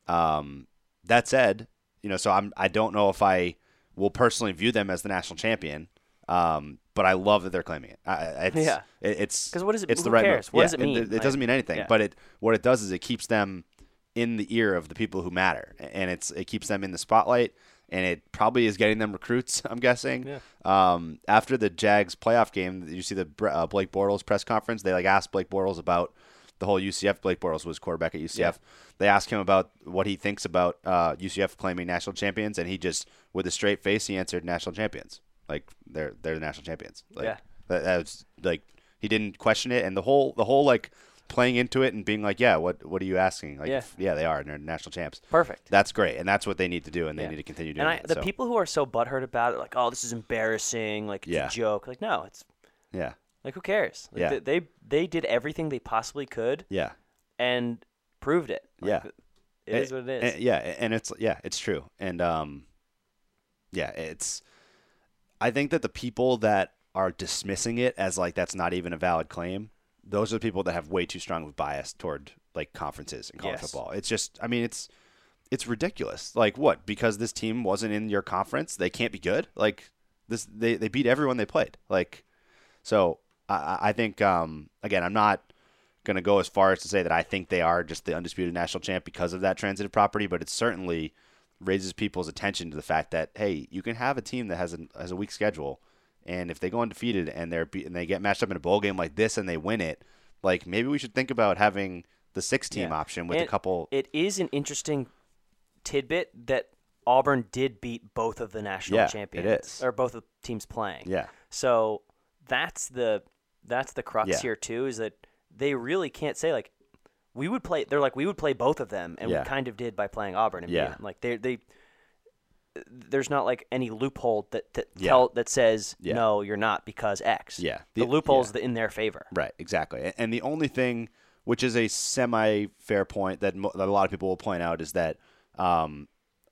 S1: um, that said, you know, so I'm I don't know if I will personally view them as the national champion, um, but I love that they're claiming it. I, I- it's,
S2: Yeah.
S1: it, it's
S2: 'Cause what is it-
S1: It's the
S2: who
S1: right
S2: cares?
S1: move.
S2: What does it
S1: and
S2: mean?
S1: It, it doesn't
S2: Like,
S1: mean anything,
S2: yeah.
S1: but it what it does is it keeps them in the ear of the people who matter, and it's it keeps them in the spotlight, and it probably is getting them recruits. I'm guessing. Um, after the Jags playoff game, you see the Br- uh, Blake Bortles press conference. They like asked Blake Bortles about the whole UCF. Blake Bortles was quarterback at UCF. They asked him about what he thinks about uh, UCF claiming national champions, and he just with a straight face he answered national champions. Like they're they're the national champions. Like,
S2: Yeah.
S1: that, that was like he didn't question it, and the whole the whole like playing into it and being like, yeah, what what are you asking? Like,
S2: Yeah.
S1: yeah, they are, and they're national champs.
S2: Perfect.
S1: That's great, and that's what they need to do, and they
S2: Yeah.
S1: need to continue doing
S2: And I,
S1: it.
S2: the
S1: so,
S2: people who are so butthurt about it, like, oh, this is embarrassing, like it's
S1: Yeah.
S2: a joke. Like, no, it's
S1: yeah,
S2: like who cares? Like,
S1: Yeah.
S2: They, they they did everything they possibly could
S1: yeah,
S2: and proved it. Like,
S1: Yeah.
S2: It is what it is.
S1: And- Eh, yeah, and it's yeah, it's true, and um, yeah, it's. I think that the people that are dismissing it as like that's not even a valid claim, those are the people that have way too strong of a bias toward like conferences and college
S2: Yes.
S1: football. It's just, I mean, it's it's ridiculous. Like what? Because this team wasn't in your conference, they can't be good. Like this, they they beat everyone they played. Like so, I- I I think um again, I'm not gonna go as far as to say that I think they are just the undisputed national champ because of that transitive property, but it certainly raises people's attention to the fact that hey, you can have a team that has a has a weak schedule And if they go undefeated and they're be- and they get matched up in a bowl game like this and they win it, like maybe we should think about having the six team
S2: Yeah.
S1: option with
S2: And
S1: a couple.
S2: It is an interesting tidbit that Auburn did beat both of the national
S1: Yeah, it
S2: champions
S1: is.
S2: or both of the teams playing.
S1: Yeah.
S2: So that's the that's the crux
S1: Yeah.
S2: here too is that they really can't say like we would play. They're like we would play both of them, and
S1: Yeah.
S2: we kind of did by playing Auburn and beat
S1: Yeah.
S2: them. Like they they there's not like any loophole that that
S1: Yeah.
S2: tell that says
S1: Yeah.
S2: no you're not because X.
S1: Yeah.
S2: The,
S1: The-
S2: loophole's
S1: yeah.
S2: the- in their favor.
S1: Right, exactly. A- And the only thing, which is a semi fair point that, mo- that a lot of people will point out, is that um,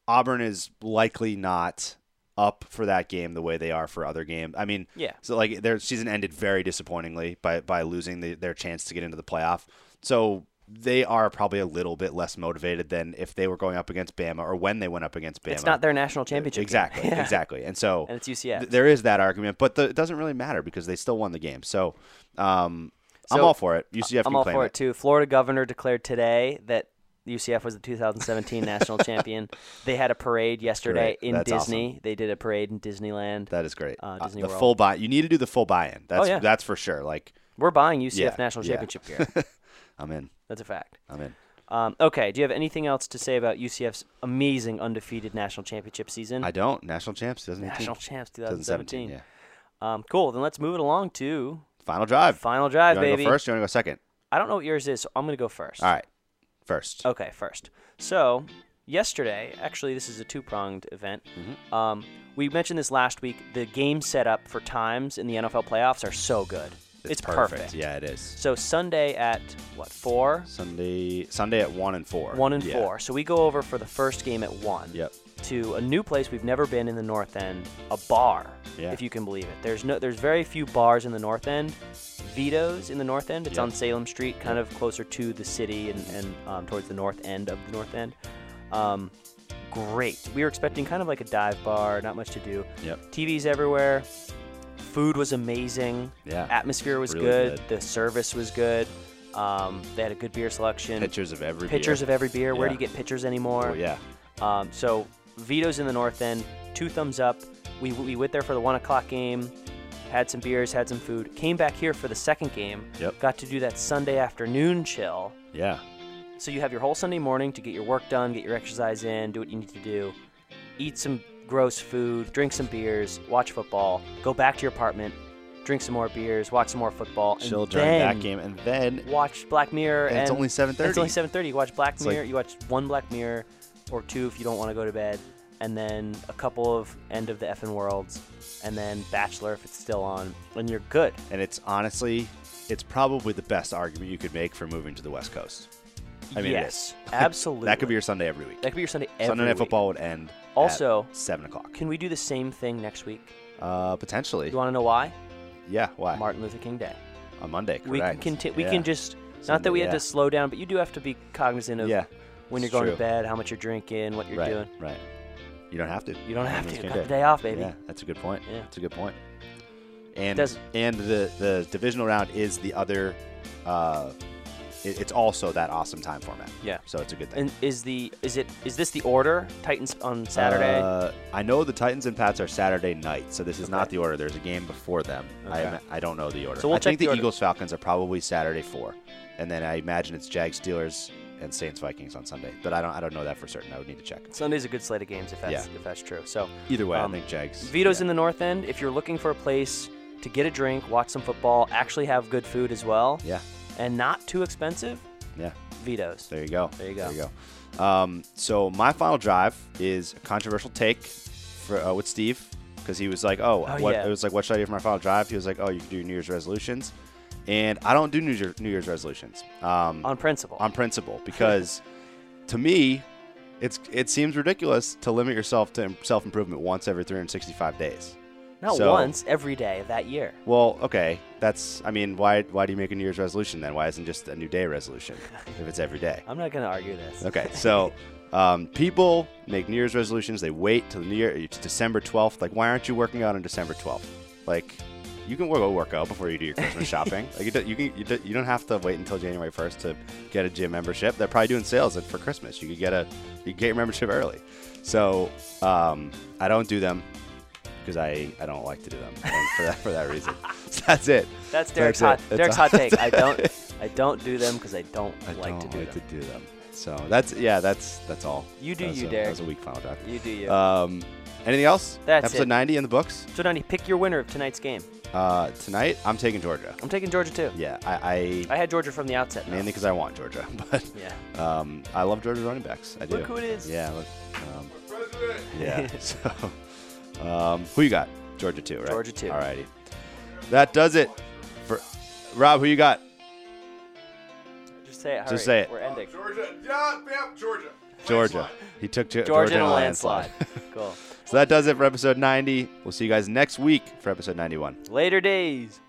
S1: Auburn is likely not up for that game the way they are for other games. I mean,
S2: Yeah.
S1: So like their season ended very disappointingly by by losing the, their chance to get into the playoff. So they are probably a little bit less motivated than if they were going up against Bama or when they went up against Bama.
S2: It's not their national championship. game.
S1: Exactly,
S2: Yeah.
S1: exactly. And so
S2: And it's UCF.
S1: th- there is that argument, but the, it doesn't really matter because they still won the game. So, um, I'm
S2: So, uh,
S1: all for it. UCF
S2: I'm
S1: can
S2: all
S1: claim
S2: for it.
S1: it.
S2: too. Florida governor declared today that UCF was the 2017 national champion. They had a parade yesterday
S1: Great.
S2: in
S1: That's
S2: Disney. They did a parade in Disneyland.
S1: That is great.
S2: Uh,
S1: Uh,
S2: Disney
S1: the
S2: World. Oh,
S1: full buy. You need to do the full buy-in. That's
S2: yeah.
S1: that's for sure. Like
S2: We're buying UCF
S1: Yeah,
S2: national
S1: yeah.
S2: championship gear.
S1: I'm in.
S2: That's a fact.
S1: I'm in.
S2: Um, okay, do you have anything else to say about UCF's amazing undefeated national championship season?
S1: I don't. National champs 2018.
S2: Hmm. national champs
S1: 2017.
S2: 2017.
S1: Yeah.
S2: Um, cool. Then let's move it along to
S1: Final drive.
S2: final
S1: you
S2: drive,
S1: wanna
S2: baby.
S1: Go first. You want to go second?
S2: I don't know what yours is, so I'm gonna go first.
S1: All right. First.
S2: Okay, first. So yesterday, actually, this is a two-pronged event. Um, we mentioned this last week. The game setup for times in the NFL playoffs are so good. It's, perfect.
S1: Yeah, it is.
S2: So Sunday at what four?
S1: Sunday. Sunday at one and four.
S2: One and
S1: Yeah.
S2: four. So we go over for the first game at one.
S1: Yep.
S2: To a new place we've never been in the North End, a bar,
S1: Yeah.
S2: if you can believe it. There's no, there's very few bars in the North End. Vito's in the North End. It's
S1: Yeah.
S2: on Salem Street, kind of closer to the city and, and um, towards the North End of the North End. Um, great. We were expecting kind of like a dive bar, not much to do.
S1: Yep.
S2: TVs everywhere. Food was amazing.
S1: Yeah.
S2: Atmosphere was
S1: Really
S2: good.
S1: good.
S2: The service was good. Um, they had a good beer selection
S1: Pictures of every.
S2: pictures of every beer. Where do
S1: Yeah.
S2: you get pictures anymore?
S1: Oh yeah.
S2: Um, so Vito's in the North End. Two thumbs up. We we went there for the one o'clock game. Had some beers, had some food. Came back here for the second game.
S1: Yep.
S2: Got to do that Sunday afternoon chill.
S1: Yeah.
S2: So you have your whole Sunday morning to get your work done, get your exercise in, do what you need to do, eat some gross food, drink some beers, watch football, go back to your apartment, drink some more beers, watch some more football, and
S1: Chill during that
S2: then
S1: game, and then
S2: watch Black Mirror.
S1: And
S2: And,
S1: it's only 7:30.
S2: It's only seven thirty. You watch Black
S1: like-
S2: Mirror. you watch one Black Mirror, or two if you don't want to go to bed, and then a couple of End of the Effing Worlds, and then Bachelor if it's still on, and you're good.
S1: and it's honestly it's probably the best argument you could make for moving to the west coast i mean it
S2: yes,
S1: is.
S2: absolutely.
S1: that could be your sunday every week
S2: that could be your Sunday. Every
S1: sunday night
S2: week.
S1: football would end at
S2: Also-
S1: seven o'clock
S2: Can we do the same thing next week?
S1: uh potentially
S2: You want to know why?
S1: yeah why
S2: Martin Luther King Day.
S1: on monday correct.
S2: We can conti- We
S1: Yeah.
S2: can just. Not
S1: Sunday,
S2: that we have
S1: yeah.
S2: to slow down, but you do have to be cognizant of
S1: Yeah,
S2: when you're
S1: it's
S2: going
S1: true.
S2: to bed, how much you're drinking, what you're
S1: right
S2: doing.
S1: right you don't have to
S2: You don't have
S1: Martin Luther
S2: to. Got
S1: King
S2: the day off, baby.
S1: yeah that's a good point
S2: Yeah.
S1: that's a good point and
S2: Does-
S1: and the the divisional round is the other uh it, it's also that awesome time format
S2: Yeah.
S1: so it's a good thing
S2: And is the is it is this the order Titans on Saturday?
S1: Uh, I know the Titans and Pats are Saturday night, so this is not the order. There's a game before them.
S2: Okay.
S1: I, I don't know the order.
S2: So we'll
S1: I think
S2: check the
S1: the
S2: order.
S1: Eagles Falcons are probably Saturday four, and then I imagine it's Jags Steelers and Saints Vikings on Sunday. But I don't I don't know that for certain. I would need to check.
S2: Sunday's a good slate of games if that's
S1: Yeah.
S2: if that's true. So
S1: Either way,
S2: um,
S1: I think Jags.
S2: Vito's
S1: yeah.
S2: in the North End. If you're looking for a place to get a drink, watch some football, actually have good food as well,
S1: Yeah,
S2: and not too expensive,
S1: yeah.
S2: Vito's.
S1: There you go.
S2: There you go.
S1: There you go. Um, so my final drive is a controversial take for, uh, with Steve because he was like, "Oh,
S2: Oh,
S1: what?"
S2: yeah.
S1: It was like, "What should I do for my final drive?" He was like, "Oh, you can do New Year's resolutions," and I don't do New, Year, New Year's resolutions. Um,
S2: On principle.
S1: on principle because to me it's it seems ridiculous to limit yourself to self improvement once every 365 days.
S2: not
S1: so-
S2: once, every day of that year.
S1: Well, okay, that's I mean, why why do you make a New Year's resolution then? Why isn't just a new day resolution if it's every day?
S2: I'm not gonna argue this.
S1: Okay, so um, people make New Year's resolutions. They wait till the New Year, it's December 12th. Like, why aren't you working out on December 12th? Like, you can go work out before you do your Christmas shopping. Like, you, do, you can you, do, you don't have to wait until January 1st to get a gym membership. They're probably doing sales for Christmas. You could get a you could get your membership early. So um, I don't do them. because I, I don't like to do them and for that for that reason. So that's it.
S2: That's Derek's
S1: That's it.
S2: hot.
S1: That's
S2: Derek's
S1: all-
S2: hot take. I don't. I don't do them because I don't
S1: I
S2: like
S1: don't
S2: to do
S1: like
S2: them.
S1: to do them. So that's yeah. That's that's all.
S2: You do
S1: That was
S2: you,
S1: a,
S2: Derek.
S1: That was a weak final draft.
S2: You do you.
S1: Um, anything else?
S2: That's
S1: episode
S2: it.
S1: 90 in the books.
S2: so Donnie, pick your winner of tonight's game.
S1: Uh, tonight I'm taking Georgia.
S2: I'm taking Georgia too.
S1: Yeah, I,
S2: I had Georgia from the outset.
S1: I
S2: though.
S1: mainly because I want Georgia, but
S2: Yeah.
S1: um, I love Georgia running backs. I do.
S2: Look who it is.
S1: Yeah. Look, um, yeah. so, um, who you got? Georgia two, right?
S2: Georgia two.
S1: Alrighty. That does it for Rob. Who you got?
S2: Just say it. Hurry.
S1: Just say it.
S2: We're ending.
S4: Georgia. Yeah, yep, Georgia.
S1: Georgia. He took Ge- Georgia,
S2: Georgia
S1: in
S2: in a landslide. cool.
S1: so that does it for episode 90. We'll see you guys next week for episode 91.
S2: Later days.